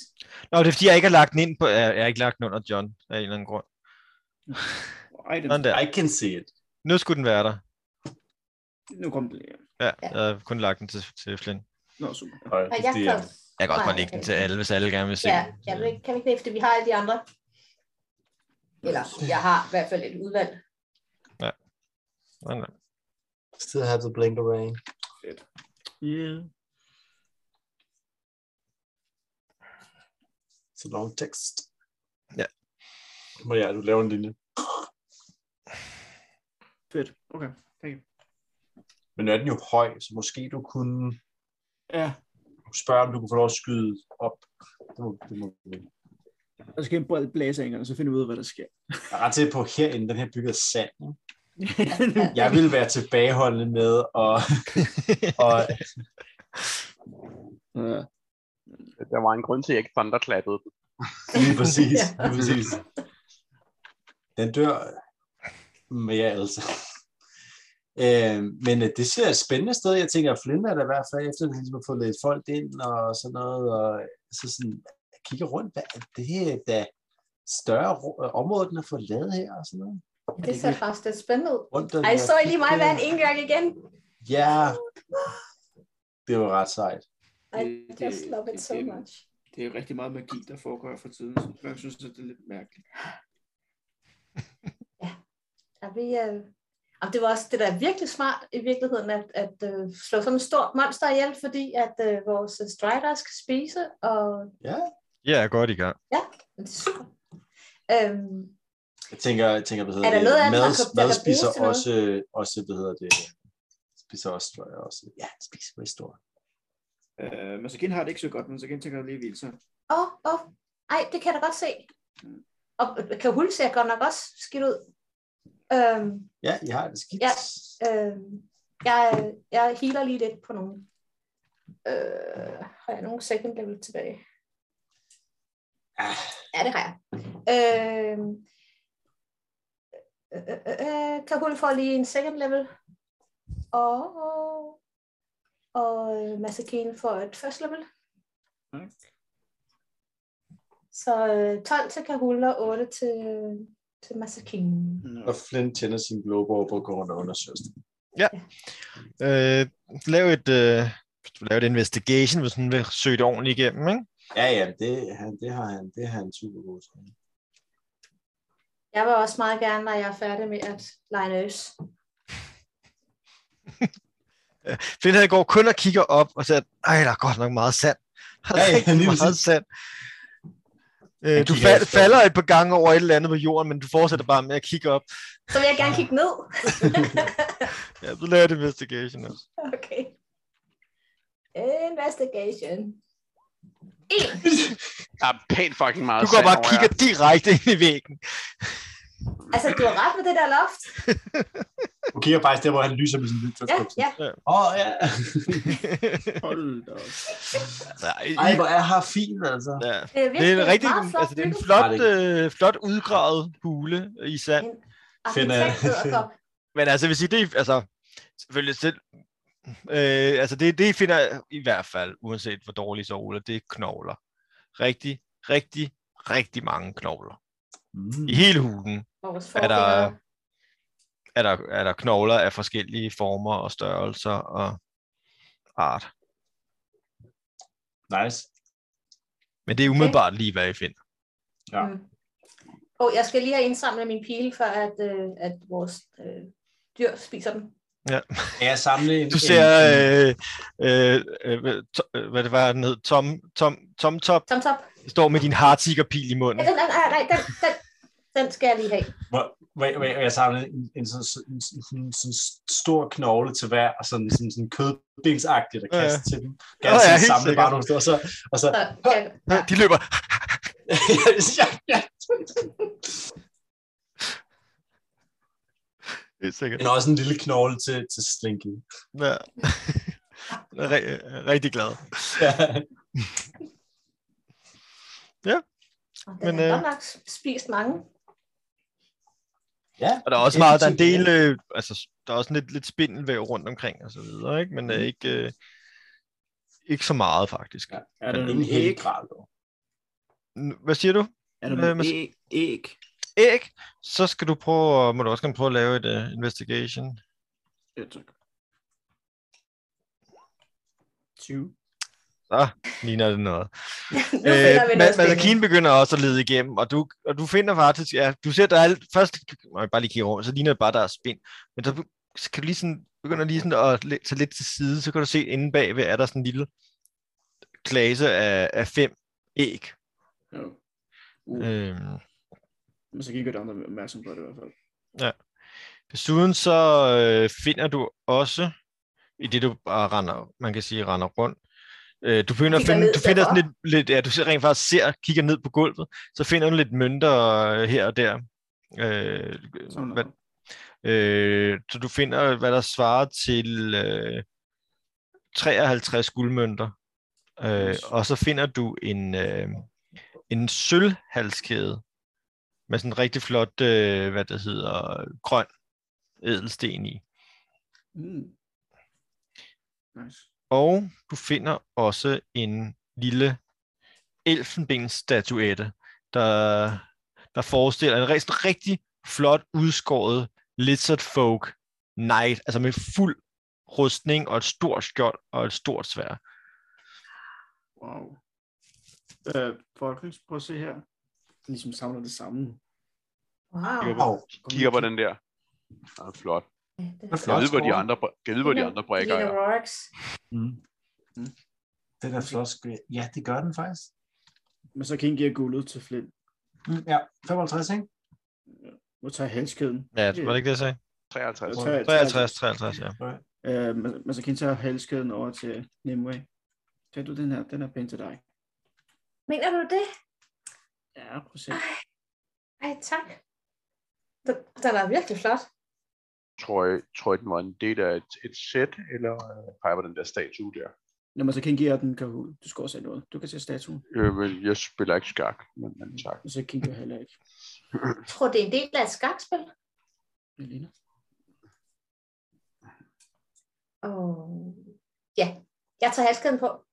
S5: Nå, det er fordi, jeg ikke har lagt den ind på... Jeg jeg har ikke lagt den under John af en eller anden grund.
S4: Øh, Ej, den,
S5: Sådan der.
S2: I can see it.
S5: Nu skulle den være der.
S4: nu kom den. Ja.
S5: Ja,
S3: Ja.
S5: jeg har kun lagt den til, til Flynn.
S4: Nå, super.
S2: Og
S3: Og jeg
S2: det
S3: kan...
S2: er,
S5: Jeg kan også
S3: Nej,
S5: bare lægge den
S3: okay.
S5: til alle, hvis alle gerne vil se
S3: Ja,
S5: den.
S3: jeg ved, ikke- kan vi ikke det, fordi vi har alle de andre. Eller, jeg har i hvert fald et udvalg.
S5: Sådan der.
S2: still have the blink away.
S4: Yeah.
S2: It's a long text.
S5: Ja.
S2: Må jeg, du laver en linje.
S4: Fedt. Okay.
S2: Men nu er den jo høj, så måske du kunne
S4: Ja,
S2: spørge, om du kunne få lov at skyde op. Det må, det må, jeg
S4: og så skal jeg bare blæse af en gang, og så finder vi ud af, hvad der sker.
S2: er ret til på herinde, den her bygget af sand. ikke? Jeg ville være tilbageholdende med at, og
S4: ja.
S1: Der var en grund til, at jeg ikke thunderklappede den.
S2: Lige præcis,
S3: Ja.
S2: lige præcis. Den dør med jer altså. Øh, men øh, det ser et spændende sted. Jeg tænker, at Flynn er der i hvert fald, efter vi ligesom har fået lidt folk ind og sådan noget, og så sådan, jeg kigger rundt, hvad er det her, der større ru- øh, område, den har fået lavet her og sådan noget.
S3: Det ser faktisk lidt spændende ud.
S2: Rundt, og
S3: Ej,
S2: jeg
S3: så I lige mig
S2: kigger.
S3: være en engang igen.
S2: Ja, det var ret sejt.
S3: I just love it so
S4: det,
S3: much.
S4: Det er rigtig meget magi, der foregår for tiden. Så jeg synes, at det er lidt mærkeligt.
S3: Er vi, øh... Jamen, det var også det, der er virkelig smart i virkeligheden, at, at øh, slå sådan en stor monster ihjel, fordi at øh, vores strider skal spise, og
S2: Ja,
S5: Jeg er godt i gang.
S3: Men det er super. Øhm,
S2: Jeg tænker, jeg tænker hvad hedder
S3: Er der
S2: det?
S3: noget af den,
S2: mad,
S3: der kan- der
S2: mad
S3: kan
S2: spiser
S3: bruges til noget?
S2: også, øh, også, hvad hedder det, spiser også, tror jeg også. Ja, den spiser også stor.
S4: Øh, men så har det ikke så godt, men så tænker jeg lige vildt så.
S3: Åh, oh, åh. Oh. Ej, det kan jeg da godt se. Og øh, Kahul ser godt nok også skidt ud. Øhm,
S2: Ja, I har det skidt.
S3: Ja. øhm, jeg, jeg healer lige lidt på nogen. Øh, har jeg nogen second level tilbage?
S2: Ah,
S3: Ja, det har jeg. Øhm, øh, øh, øh, Kahul får lige en second level. Og, og øh, Masakine får et first level.
S4: Okay.
S3: Så øh, 12 til Kahul og 8 til, til Masakine.
S2: Og Flynn tænder sin globe på gården og undersøger det.
S5: Øh, lav et, øh, lav et investigation, hvis hun vil søge det ordentligt igennem, ikke?
S2: Ja, ja, det, han, det, har han, det har han super god til.
S3: Jeg vil også meget gerne, når jeg er færdig med at lege nerds.
S5: Flint han går kun og kigger op og siger, ej, der er godt nok meget sand. Der er
S2: Ja, ja,
S5: rigtig
S2: lige
S5: meget
S2: præcis.
S5: sand. Øh, du
S2: kigger
S5: fal-
S2: efter.
S5: falder et par gange over et eller andet på jorden, men du fortsætter bare med at kigge op.
S3: Så vil jeg
S5: Ah.
S3: gerne kigge ned.
S5: Ja, du laver et investigation også.
S3: Okay. Investigation. En.
S1: Der er Ah, pænt fucking meget
S5: Du går
S1: sand
S5: bare og
S1: over
S5: kigger direkte ind i væggen.
S3: Altså, du har ret med det der loft.
S2: Du kigger faktisk der, hvor han lyser med sin lille
S3: Ja, ja.
S2: Åh, oh, ja.
S4: Hold da op.
S5: altså, i-
S2: Ej, hvor er her fint, altså.
S5: ja.
S3: Det er,
S5: Det
S3: virkelig
S5: er en rigtig,
S3: meget flot
S5: altså, det er en
S3: bygget.
S5: flot,
S2: Nej,
S5: øh, flot udgravet hule i sand.
S2: Fedt, ja.
S3: Arkitekt sidder for.
S5: Men altså, hvis I det, altså, selvfølgelig selv, øh, altså det, det I finder i hvert fald, uanset hvor dårlige soler, det er knogler. Rigtig, rigtig, rigtig mange knogler.
S2: Mm.
S5: I hele hulen
S3: Vores
S5: Er der-
S3: forgængere.
S5: er der, er der knogler af forskellige former og størrelser og art.
S2: Nice.
S5: Men det er umiddelbart lige, hvad I finder.
S2: Ja.
S3: Mm. Og jeg skal lige have indsamlet min pile, for at, øh, at vores øh, dyr spiser dem.
S2: Kan jeg samle en,
S5: Du ser,
S2: en, en,
S5: øh, øh, øh, hvad- to- øh, hvad det var, den hed, Tom, Tom, Tom Top,
S3: Tom top.
S5: står med din hardtiggerpil i
S3: Ja,
S5: munden.
S3: den, nej, nej, nej, den, den, den skal jeg lige have.
S2: hvor- hvor- hvor jeg samlede en, en, sådan, en, en, en sådan stor knogle til hver, og sådan, sådan, sådan kødbensagtigt, der
S5: Ja, ja.
S2: kaster til dem.
S5: Ja,
S2: Kan jeg
S5: ja,
S2: ja,
S5: helt
S2: samle
S5: sikkert.
S2: bare nogle steder, og så, og så
S3: Så, ja, ja.
S5: De løber,
S2: ja, ja.
S5: det er sikkert.
S2: Men også en lille knogle til, til Slinky.
S5: Ja. Jeg er ri- rigtig glad.
S2: Ja.
S3: Men, den
S5: Men,
S3: har
S5: øh,
S3: godt nok spist mange.
S2: ja.
S5: Og der er også meget, der er en del,
S2: Effektivt,
S5: øh, altså, der er også lidt, lidt spindelvæv rundt omkring og så videre, ikke? Men øh, ikke, øh, ikke så meget, faktisk.
S2: Mm. Ja.
S4: Er der
S5: øh,
S2: ja.
S4: nogle
S2: Ingen
S4: æg?
S2: helt grad, dog.
S5: N- Hvad siger du?
S4: Er der
S5: Øh,
S4: nogle
S5: men-
S4: æg? æg?
S5: Æg? Så skal du prøve, må du også gerne prøve at lave et uh, investigation.
S4: Ja, tak. 20.
S5: Så ligner det noget.
S3: nu finder vi noget spændende.
S5: Malakine Øh, begynder også at lede igennem, og du, og du finder faktisk, ja, du ser, der er alt- først, må jeg bare lige kigge over, så ligner det bare, der er spind, men så, be- så kan du lige sådan, begynder lige sådan at læ- tage lidt til side, så kan du se inde bagved, er der sådan en lille klase af, af fem æg.
S4: Ja. Uh,
S5: Øhm,
S4: Men så kan I gøre de andre opmærksom på det i hvert fald.
S5: desuden så øh, finder du også, i det du bare render, man kan sige, render rundt, øh, du finder,
S3: Kigger
S5: find,
S3: ned
S5: du finder sådan
S3: derfor.
S5: lidt, lidt, ja, du ser- rent faktisk ser, kigger ned på gulvet, så finder du lidt mønter øh, her og der. Øh,
S4: Sådan
S5: hvad,
S4: noget.
S5: Øh, så du finder, hvad der svarer til øh, 53 guldmønter. Øh,
S4: Yes.
S5: og så finder du en, øh, en sølvhalskæde med sådan en rigtig flot, øh, hvad det hedder, grøn ædelsten i.
S4: Mm. Nice.
S5: Og du finder også en lille elfenbensstatuette, der, der forestiller en rigtig, rigtig flot udskåret lizard folk knight, altså med fuld rustning og et stort skjold og et stort svær.
S4: Wow. Øh, Folkens, prøv at se her. Den ligesom samler det samme.
S3: Wow.
S2: Wow.
S1: her. Kigger på den der. Det er flot.
S3: Ja, det-
S2: Det er
S1: Jeg
S2: flot
S1: ved, hvor de
S2: skåret.
S1: andre, br- jeg ved, hvor de andre brækker
S3: Det
S1: er.
S3: ligner Rorax.
S2: Mm.
S4: Mm.
S2: Den er flot. skåret. Ja, det gør den faktisk.
S4: Men så kan I give guldet til Flint.
S2: Mm, Ja, 55, ikke?
S4: Nu tager jeg halskæden.
S5: Ja, var det ikke det, jeg sagde?
S4: Jeg
S1: 53.
S4: tager-
S5: 53, 53, ja.
S4: Øh, men, men så kan I tage halskæden over til Nimue. Tag du den her, den er pæn til dig.
S3: Mener du det?
S4: Ja, prøv at se.
S3: Ej, tak. Den, den er virkelig flot.
S1: Tror jeg, tror jeg, den var en del af et, et sæt, eller øh, peger på den der statue der.
S4: Nå, men så kan I give jer den, Kahul. Du skal også have noget. Du kan se statuen,
S1: Øh, men jeg spiller ikke skak, men, men tak.
S4: og så kan I heller ikke.
S3: Jeg tror, det er en del af et skakspil.
S4: Det ligner.
S3: Og Jeg tager halskæden på.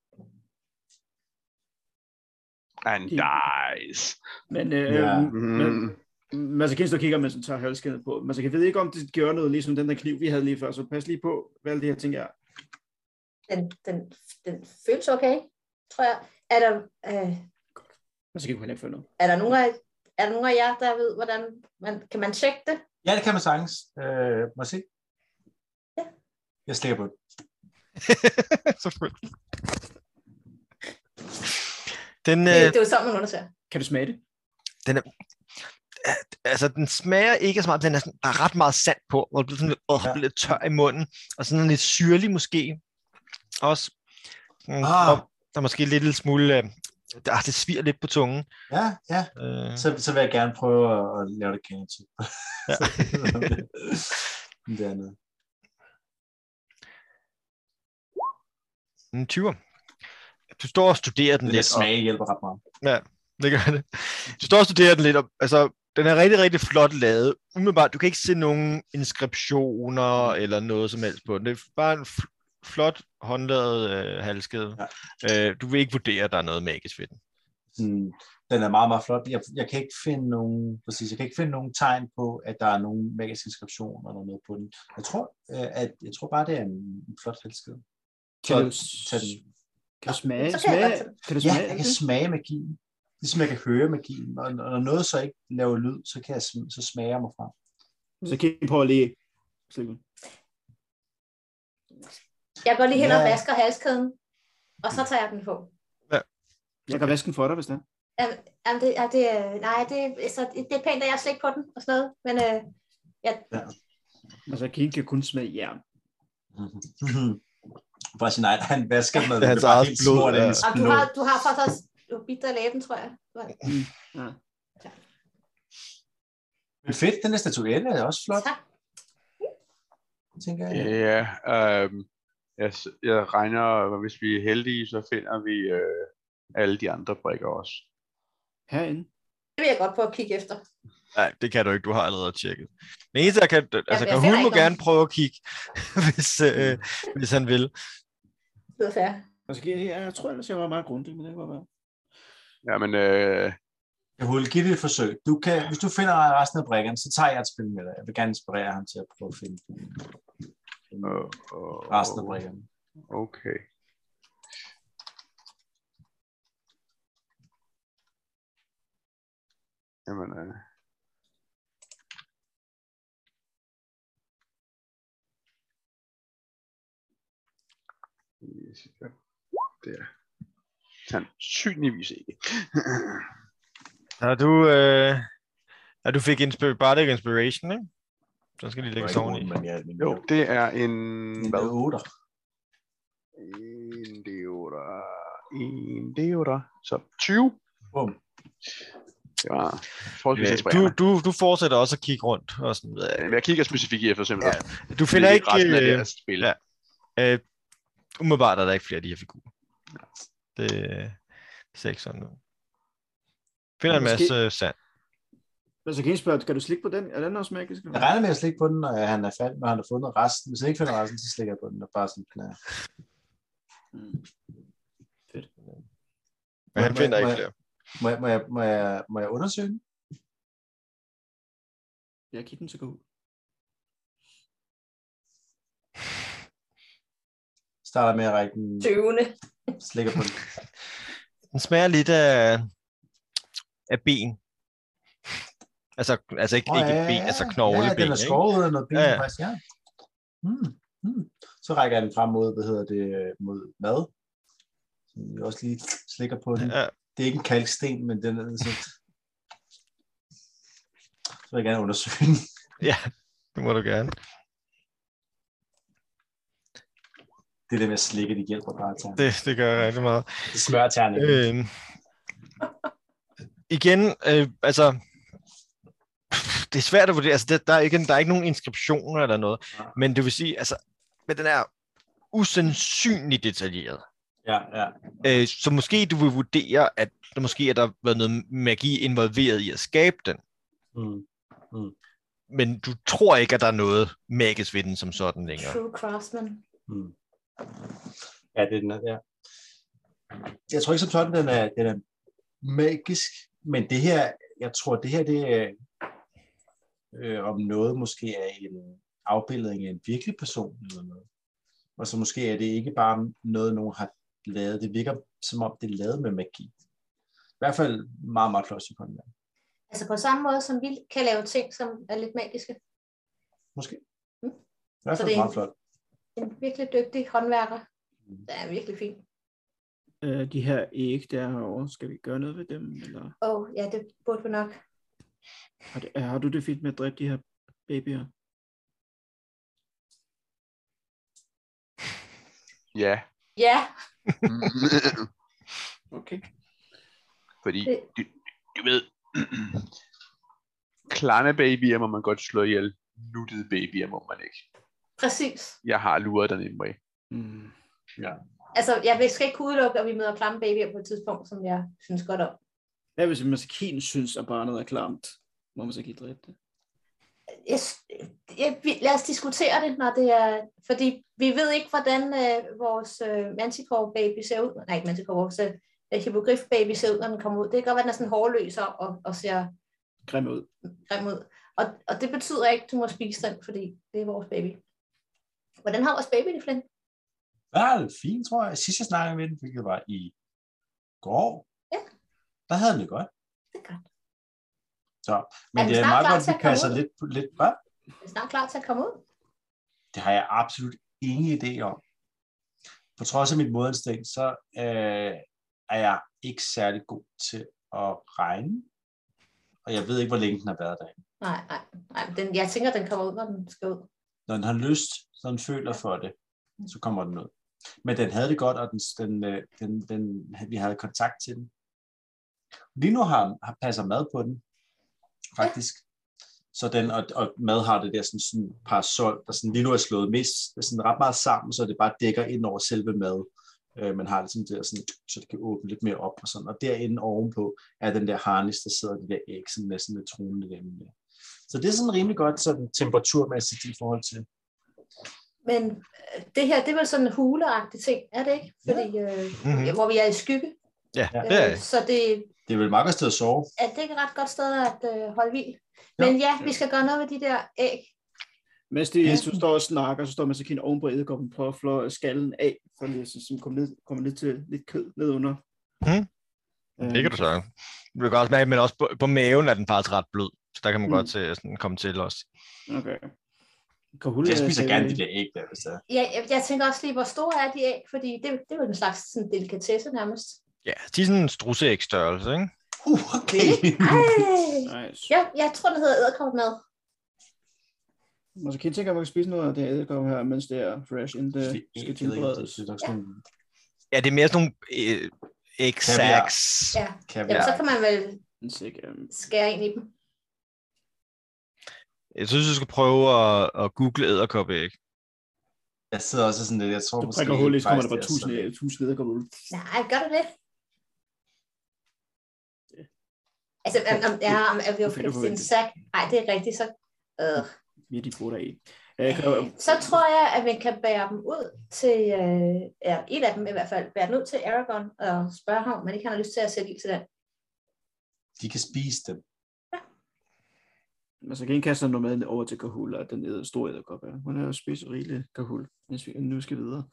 S1: And dies.
S4: Men øh,
S2: Ja.
S4: yeah.
S1: Mm.
S4: Masakins, der kigger, mens han tager halskæden på. Masakins ved ikke, om det gør noget, ligesom den der kniv, vi havde lige før, så pas lige på, hvad alle de her ting er.
S3: Den, den, den føles okay, tror jeg. Er der, øh,
S4: Masakins kunne heller ikke få noget.
S3: er der nogen af er der nogen af jer, der ved, hvordan man... Kan man tjekke det?
S2: Ja, det kan man sagtens. Øh, må jeg se?
S3: Ja.
S2: Jeg slikker på det.
S5: Selvfølgelig. Den,
S3: Det,
S5: øh,
S3: det er jo sådan, man undersøger.
S4: Kan du smage det?
S5: altså, den smager ikke så meget, den er sådan, der er ret meget sand på, og det bliver sådan lidt, åh,
S2: Ja.
S5: ja. lidt tør i munden, og sådan lidt syrlig måske også. Mm,
S2: Ah.
S5: og der er måske lidt lille smule, øh, der, det sviger lidt på tungen.
S2: Ja, ja.
S5: Øh,
S2: Så, så vil jeg gerne prøve at, at lave det kendt til.
S5: Ja.
S2: det andet.
S5: en 20'er. Du står og studerer den
S2: Det
S5: lidt.
S2: der
S5: og-
S2: smag hjælper ret meget.
S5: Det gør det. Du står og studerer den lidt, og, altså, den er rigtig, rigtig flot lavet. Umiddelbart, du kan ikke se nogen inskriptioner
S2: Mm.
S5: eller noget som helst på den. Det er bare en fl- flot håndlavet øh, halskede. Ja. Øh, du vil ikke vurdere, at der er noget magisk ved den.
S2: Sådan, Mm. den er meget, meget flot. Jeg, jeg, kan ikke finde nogen, præcis, jeg kan ikke finde nogen tegn på, at der er nogen magisk inskription eller noget på den. Jeg tror, øh, at, jeg tror bare, det er en, en flot halskede.
S4: Kan
S2: Så
S4: du,
S2: tag den.
S4: kan du smage?
S3: Så kan jeg
S4: smage?
S3: godt tage-
S4: Kan du
S2: Ja,
S4: smage?
S2: jeg
S4: det?
S2: kan smage magien. Ligesom jeg kan høre magien. Og og når noget så ikke laver lyd, så, kan jeg, sm- så smager jeg mig frem.
S4: Så kig på lige. Slik den.
S3: Jeg går lige hen og
S2: Ja.
S3: vasker halskæden, og så tager jeg den på.
S4: Jeg kan vaske den for dig, hvis det er.
S3: Jamen, det, er det, øh, nej, det, er- så det er pænt, at jeg har slik på den og sådan noget, men øh,
S4: Altså, King kan kun smage jern.
S5: Mhm.
S2: Fra sin egen, han vasker med
S5: Det er hans eget blod,
S2: smurt ind i
S5: ja.
S2: hans
S3: og du
S2: blod.
S3: har, du har faktisk også du har bidt dig i læben, tror jeg.
S4: Ja.
S2: Men fedt, den der statuelle er også flot,
S3: Tak.
S2: tænker jeg.
S1: Ja, øhm, jeg, s- jeg regner, at hvis vi er heldige, så finder vi øh, alle de andre brikker også.
S4: Herinde.
S3: Det vil jeg godt prøve at kigge efter.
S5: Nej, det kan du ikke. Du har allerede tjekket. Den eneste, der kan... Altså,
S3: jeg
S5: kan
S3: finder
S5: hun må
S3: ikke nogen.
S5: gerne prøve at kigge, hvis, øh, hvis han vil.
S3: Det er fair.
S4: Altså, jeg, jeg tror ellers, jeg var meget grundig, men det var bare...
S1: Jamen, øh,
S2: Jeg vil give det et forsøg. Du kan, hvis du finder resten af brikkerne, så tager jeg et spil med dig. Jeg vil gerne inspirere ham til at prøve at finde
S1: øh, øh,
S2: resten af brikkerne.
S1: Okay. Jamen, øh. Jessica. Det er sandsynligvis ikke.
S5: Har du... Øh, ja, du fik inspir- Bardic Inspiration, ikke? Så skal de
S2: Jeg
S5: lægge
S2: ikke
S5: oven i.
S2: nogen, men jeg, men
S1: jo, det er en...
S2: jeg,
S1: Hvad?
S2: hvad? Otter.
S1: En deoder. En deoder. Så 20.
S2: Bum.
S1: Det var forholdsvis
S5: Øh,
S1: inspirerende.
S5: Du, du, du fortsætter også at kigge rundt og sådan noget.
S1: Øh, Men jeg kigger specifikt efter simpelthen. Ja,
S5: Du finder ikke...
S1: resten af altså.
S5: øh,
S1: deres spil.
S5: ja. Øh, umiddelbart er der ikke flere af de her figurer. Det, det ser ikke sådan ud. Finder en
S4: Måske-
S5: masse øh, sand.
S4: Altså, King spørger, kan du slikke på den? Er den også magisk?
S2: Jeg regner med at slikke på den, og han er fat, når han har fundet resten. Hvis han ikke finder resten, så slikker jeg på den. Og bare sådan, den er.
S4: Mm.
S5: Men han
S2: Må- må-
S5: finder ikke
S2: må-
S5: flere.
S2: Må, jeg, må, jeg, må, jeg, må jeg undersøge den?
S4: Jeg kigger den så god.
S2: Starter med at række den,
S3: 20.
S2: slikker på den.
S5: Den smager lidt af, af ben. Altså, altså ikke,
S2: Åh,
S5: ikke ben, altså knogleben.
S2: Ja, den er
S5: ikke?
S2: skåret ud af noget ben,
S5: Ja,
S2: ja,
S5: ja.
S2: ja. faktisk, ja. Mm, mm. Så rækker jeg den frem mod, hvad hedder det, mod mad. Så jeg også lige slikker på den. Ja.
S5: Ja,
S2: Det er ikke en kalksten, men den er sådan... Så vil jeg gerne undersøge den.
S5: det må du gerne.
S2: Det der med at slikke, det hjælper bare til.
S5: Det, det gør rigtig meget.
S2: Det smører tærne. Øh.
S5: Øhm, igen, øh, altså, det er svært at vurdere. Altså, det, der, er ikke, der er ikke nogen inskriptioner eller noget.
S2: Nej.
S5: Men det vil sige, altså, men den er usandsynligt detaljeret.
S2: Ja, ja.
S5: Øh, så måske du vil vurdere, at der måske er der været noget magi involveret i at skabe den.
S2: Mm.
S5: Men du tror ikke, at der er noget magisk ved den som sådan længere.
S3: True Craftsman.
S2: Mm. Ja, det er den er, ja. Jeg tror ikke som sådan, den er, den er magisk, men det her, jeg tror, det her, det er øh, om noget måske er en afbildning af en virkelig person eller noget. Og så måske er det ikke bare noget, nogen har lavet. Det virker som om, det er lavet med magi. I hvert fald meget, meget klosterkongen.
S3: Altså på samme måde, som vi kan lave ting, som er lidt magiske.
S2: Måske.
S3: Mm.
S2: I hvert
S3: Så
S2: fald
S3: det er
S2: meget
S3: en-
S2: flot.
S3: En virkelig dygtig håndværker. Det er virkelig fint.
S4: Øh, de her æg, der er herovre, skal vi gøre noget ved dem? Eller
S3: Åh, oh, ja, det burde vi nok.
S4: har, det, har du det fint med at dræbe de her babyer?
S1: Ja.
S3: Ja,
S4: Okay.
S1: Fordi,
S3: Det-
S1: du, du ved, klamme babyer må man godt slå ihjel, nuttede babyer må man ikke.
S3: præcis.
S1: Jeg har luret den ene vej.
S4: Mm.
S3: Altså, jeg skal ikke kunne udelukke, at vi møder klamme babyer på et tidspunkt, som jeg synes godt om.
S4: Hvad hvis maskinen synes, at barnet er klamt? Må man så ikke lige dræbe det?
S3: Jeg, jeg, vi- lad os diskutere det, når det er... Fordi vi ved ikke, hvordan øh, vores øh, manticore-baby ser ud. Nej, ikke manticore, vores øh, hippogriff-baby ser ud, når den kommer ud. Det kan godt være, den er sådan hårløs og, og, og ser
S4: Grimme ud.
S3: grim ud. Og, og det betyder ikke, at du må spise den, fordi det er vores baby. Hvordan har vores baby det, Flynn?
S2: Ja, det er fint, tror jeg. Sidst jeg snakkede med den, hvilket var i går,
S3: Ja.
S2: der havde den det godt.
S3: Det er godt.
S2: Så, men
S3: den
S2: det er
S3: snart
S2: meget
S3: klar
S2: godt,
S3: til
S2: at vi
S3: at komme
S2: passer
S3: ud?
S2: lidt, lidt hvad?
S3: Er den snart klar til at komme ud?
S2: Det har jeg absolut ingen idé om. På trods af mit modensting, så øh, er jeg ikke særlig god til at regne. Og jeg ved ikke, hvor længe den har været der.
S3: Nej, nej. nej. Den, jeg tænker, den kommer ud, når den skal ud.
S2: Når den har lyst, når den føler for det, så kommer den ud. Men den havde det godt, og den, den, øh, den, den, vi havde kontakt til den. Lige nu har, har passer mad på den, faktisk. Så den, og, og mad har det der sådan, sådan parasol, der sådan, lige nu er slået mest, det er sådan ret meget sammen, så det bare dækker ind over selve mad. Øh, man har det sådan der, sådan, så det kan åbne lidt mere op og sådan. Og derinde ovenpå er den der harnis, der sidder de der æg, sådan næsten lidt truende derinde. der. Så det er sådan rimelig godt sådan temperaturmæssigt i forhold til.
S3: Men øh, det her, det er vel sådan en huleagtig ting, er det ikke? Fordi, øh,
S5: Mhm.
S3: Hvor vi er i skygge.
S5: Ja,
S2: Ja.
S5: det er
S3: Øh, så det,
S2: Det er vel et meget godt sted at sove.
S3: er det ikke et ret godt sted at øh, holde hvil. Men ja, vi skal gøre noget ved de der æg.
S4: Mens de ja. så står og snakker, så står maskinen ovenpå edderkoppen og prøver at flå skallen af, for lige at så- så komme ned, komme ned til lidt kød ned under.
S2: Hmm?
S5: Mhm.
S4: Øhm,
S5: Det kan du så. Du kan også mærke, men også på, på maven er den faktisk ret blød. Så der kan man
S4: Mm.
S5: mm. godt se, sådan, komme til også.
S4: Okay. Kahula,
S2: Jeg spiser
S4: sagde-
S2: gerne de der æg der, hvis det er.
S3: Ja, jeg, jeg tænker også lige, hvor store er de æg? Fordi det, det er jo en slags sådan, delikatesse nærmest.
S5: Ja, de er sådan en strusseæg størrelse, ikke?
S2: Uh, okay.
S3: Ej!
S4: Nice.
S3: Ja, jeg tror, den hedder æderkopmad.
S4: Måske tænker jeg, at man kan spise noget af det æderkop her, mens det er fresh, inden
S2: Det,
S4: det skal tilberedes.
S2: er nok sådan,
S5: Ja, det er mere sådan nogle øh, æg-sacks.
S3: Ja.
S2: kan
S3: Jamen,
S2: være.
S3: så kan man vel
S4: Insik, øhm,
S3: skære ind i dem.
S5: Jeg synes, du skal prøve at, at google æderkoppeæg.
S2: Jeg sidder også sådan lidt, jeg tror
S4: Du prikker hul i, så kommer der bare
S2: faktisk,
S4: tusind,
S2: det altså. er
S4: æg- tusind æderkop ud.
S3: Nej, gør du det? Altså, om, om, ja, om, er vi jo
S4: Det kan du
S3: en
S4: forvente.
S3: sack? Nej, det er rigtigt, så... Øh.
S4: Ja, de bruger der i. Øh, kan du-
S3: Så tror jeg, at man kan bære dem ud til, øh, ja, en af dem i hvert fald, bære den ud til Aragon og spørge ham, om man ikke har lyst til at sætte ild til den.
S2: sådan, De kan spise dem.
S4: Man skal indkaste noget mad over til Kahul, og den æder store æderkop her. Hun er jo spist rigeligt, Kahul, mens vi nu skal videre.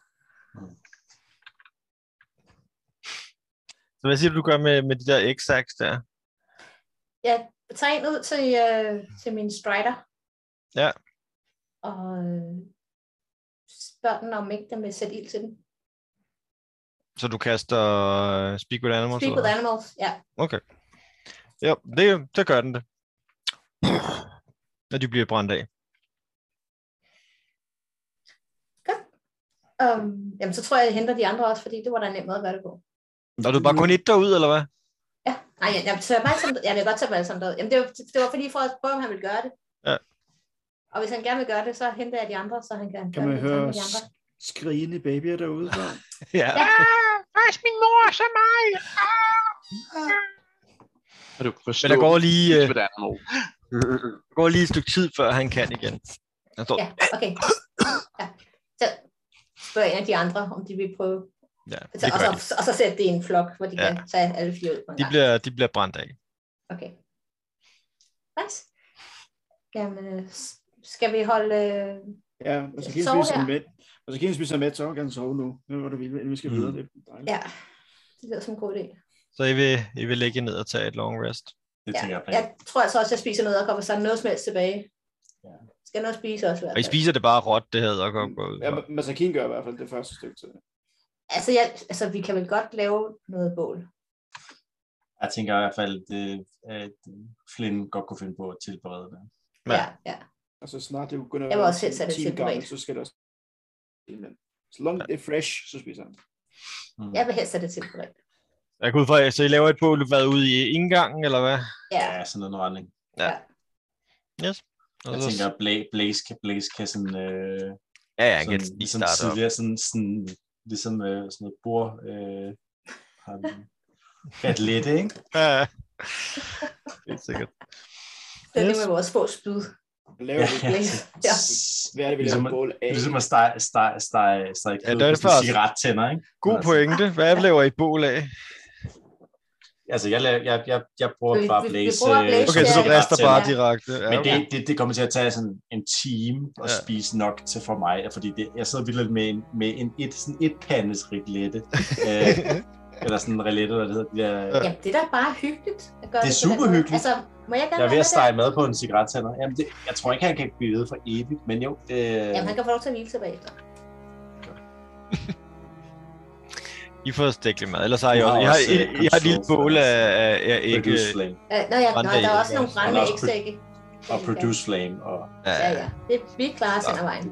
S5: Så hvad siger du, du gør med, med de der æg-sacks der?
S3: Jeg tager en ud til, øh, til min strider.
S5: Ja.
S3: Og øh, spørger den, om ikke den vil sætte ild til den.
S5: Så du kaster øh, Speak with Animals?
S3: Speak
S5: eller
S3: with
S5: hvad?
S3: animals, ja.
S5: Okay. Jo, det, så gør den det. Når de bliver brændt af.
S3: Um, jamen, så tror jeg, jeg henter de andre også, fordi det var da en nem måde at gøre det på.
S5: Og du er bare kun et derud, eller hvad?
S3: Ja, nej, jeg, jeg tør bare sammen, jeg vil godt tage dem alle sammen derud. Jamen, det var, det var fordi for at prøve, om han ville gøre det.
S5: Ja.
S3: Og hvis han gerne vil gøre det, så henter jeg de andre, så han kan,
S4: Kan
S3: gøre
S4: man
S3: det sammen
S4: høre
S3: med de andre.
S4: sk- skrigende babyer derude?
S5: Ja.
S1: Kan du forstå?
S5: Men der går lige, øh,
S1: Hvordan er det?
S5: der går lige et stykke tid, før han kan igen. Han står,
S3: Ja, okay. Ja. Så spørge en af de andre, om de vil prøve.
S5: Ja,
S3: Og
S5: det
S3: så, og
S5: gør de.
S3: så, og så sætte det i en flok, hvor de
S5: Ja.
S3: ja. kan tage alle fire ud på en
S5: De
S3: gang.
S5: bliver, de bliver brændt af.
S3: Okay. Nice. Jamen, øh, s- skal vi holde... øh,
S4: Ja, og så kan I
S3: Sov
S4: spise
S3: her.
S4: med. Og så kan I spise med, så kan han sove nu. Nu var det vildt, inden vi skal
S2: Mm.
S4: videre. Det er dejligt.
S3: Ja, det lyder som en god idé.
S5: Så I vil, I vil ligge ned og tage et long rest.
S2: Det
S3: Ja,
S2: tænker jeg på.
S3: jeg tror altså også, jeg spiser noget, og kommer så er der noget som helst tilbage.
S2: Ja.
S3: Skal noget spise også i hvert
S5: Og I
S3: fald.
S5: spiser det bare råt, det hedder godt gå ud.
S4: Ja,
S5: fra.
S4: men- men så kan I gøre i hvert fald det første stykke til.
S3: Altså, jeg, altså, vi kan vel godt lave noget bål.
S2: Jeg tænker i hvert fald, det, at Flynn godt kunne finde på at tilberede det.
S5: Ja.
S3: Ja, ja. ja.
S4: Og så Altså, snart det begynder
S3: Jeg vil også helst have det
S4: en time
S3: til privat.
S4: gammel, så skal der også... Men Så long det er fresh, så spiser han.
S2: Mm.
S3: Jeg vil helst have det til privat.
S5: Jeg går ud fra, så I laver et bål, hvad ude i indgangen, eller hvad?
S3: Ja,
S2: Ja, sådan noget retning.
S5: Og
S2: Jeg
S5: så-
S2: tænker, at Bla- Blaze kan, Blaze kan sådan, øh,
S5: ja, ja,
S2: sådan,
S5: sådan, sådan,
S2: ligesom
S5: starte op.
S2: tidligere, sådan, sådan, ligesom øh, sådan noget bord, øh, har den- kan lidt, ikke?
S5: Ja, ja. Helt sikkert.
S3: det er
S5: Yes.
S3: det med vores få spyd.
S4: Laver det.
S2: Ja.
S3: Blaze. Ja.
S4: Hvad er det, vi laver
S2: Ligesom
S4: en bål af?
S2: Det er ligesom at stege, stege, stege, stege
S5: Ja, det er det først.
S2: cigarettænder, ikke? Altså,
S5: God
S2: Men
S5: pointe. Hvad laver I bål af?
S2: Altså, jeg, laver, jeg, jeg, jeg bruger
S3: Vi-
S2: bare
S3: vi- vi
S2: Blaze.
S3: bruger Blaze,
S5: Okay, så du
S3: Ja,
S5: rester
S3: ja.
S5: bare
S3: Ja.
S5: direkte. Ja,
S2: Men
S5: okay.
S2: det, det, det kommer til at tage sådan en time at
S5: Ja.
S2: ja. spise nok til for mig, fordi det, jeg sidder vildt med en, med en et, sådan et pandes riglette, øh, eller sådan en rillette, hvad det hedder. De der,
S5: Ja.
S3: Ja, det er da bare hyggeligt. At gøre
S2: Det er
S3: på den
S2: super
S3: måde.
S2: hyggeligt.
S3: Altså, må jeg gerne
S2: jeg er ved
S3: være
S2: at
S3: med
S2: stege mad på en cigarettænder. Jamen, det, jeg tror ikke, han kan blive ved for evigt, men jo, øh, det,
S3: der? Jamen, han kan få lov til at hvile sig bagefter.
S5: I får stækket mad. Ellers har I
S2: Du har
S5: også... I har,
S2: også,
S5: I,
S2: øh,
S5: I har et lille
S2: control
S5: bål
S2: for
S5: af,
S2: deres,
S5: af, af ægge.
S2: produce flame,
S3: Øh, Nå ja, nå,
S5: Brandæg,
S3: der er også
S5: ja.
S3: nogle brænde
S2: Og
S3: med
S2: også
S3: ægstække.
S2: og produce flame, og
S5: Ja,
S3: Ja, ja. Det, vi klarer os
S5: Nå.
S3: hen ad vejen.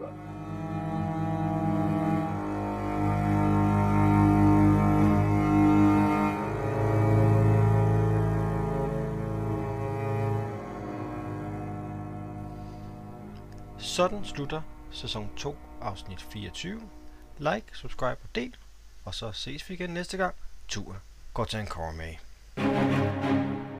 S5: Sådan slutter sæson 2, afsnit 24. Like, subscribe og del. Og så ses vi igen næste gang. Tur går til en med.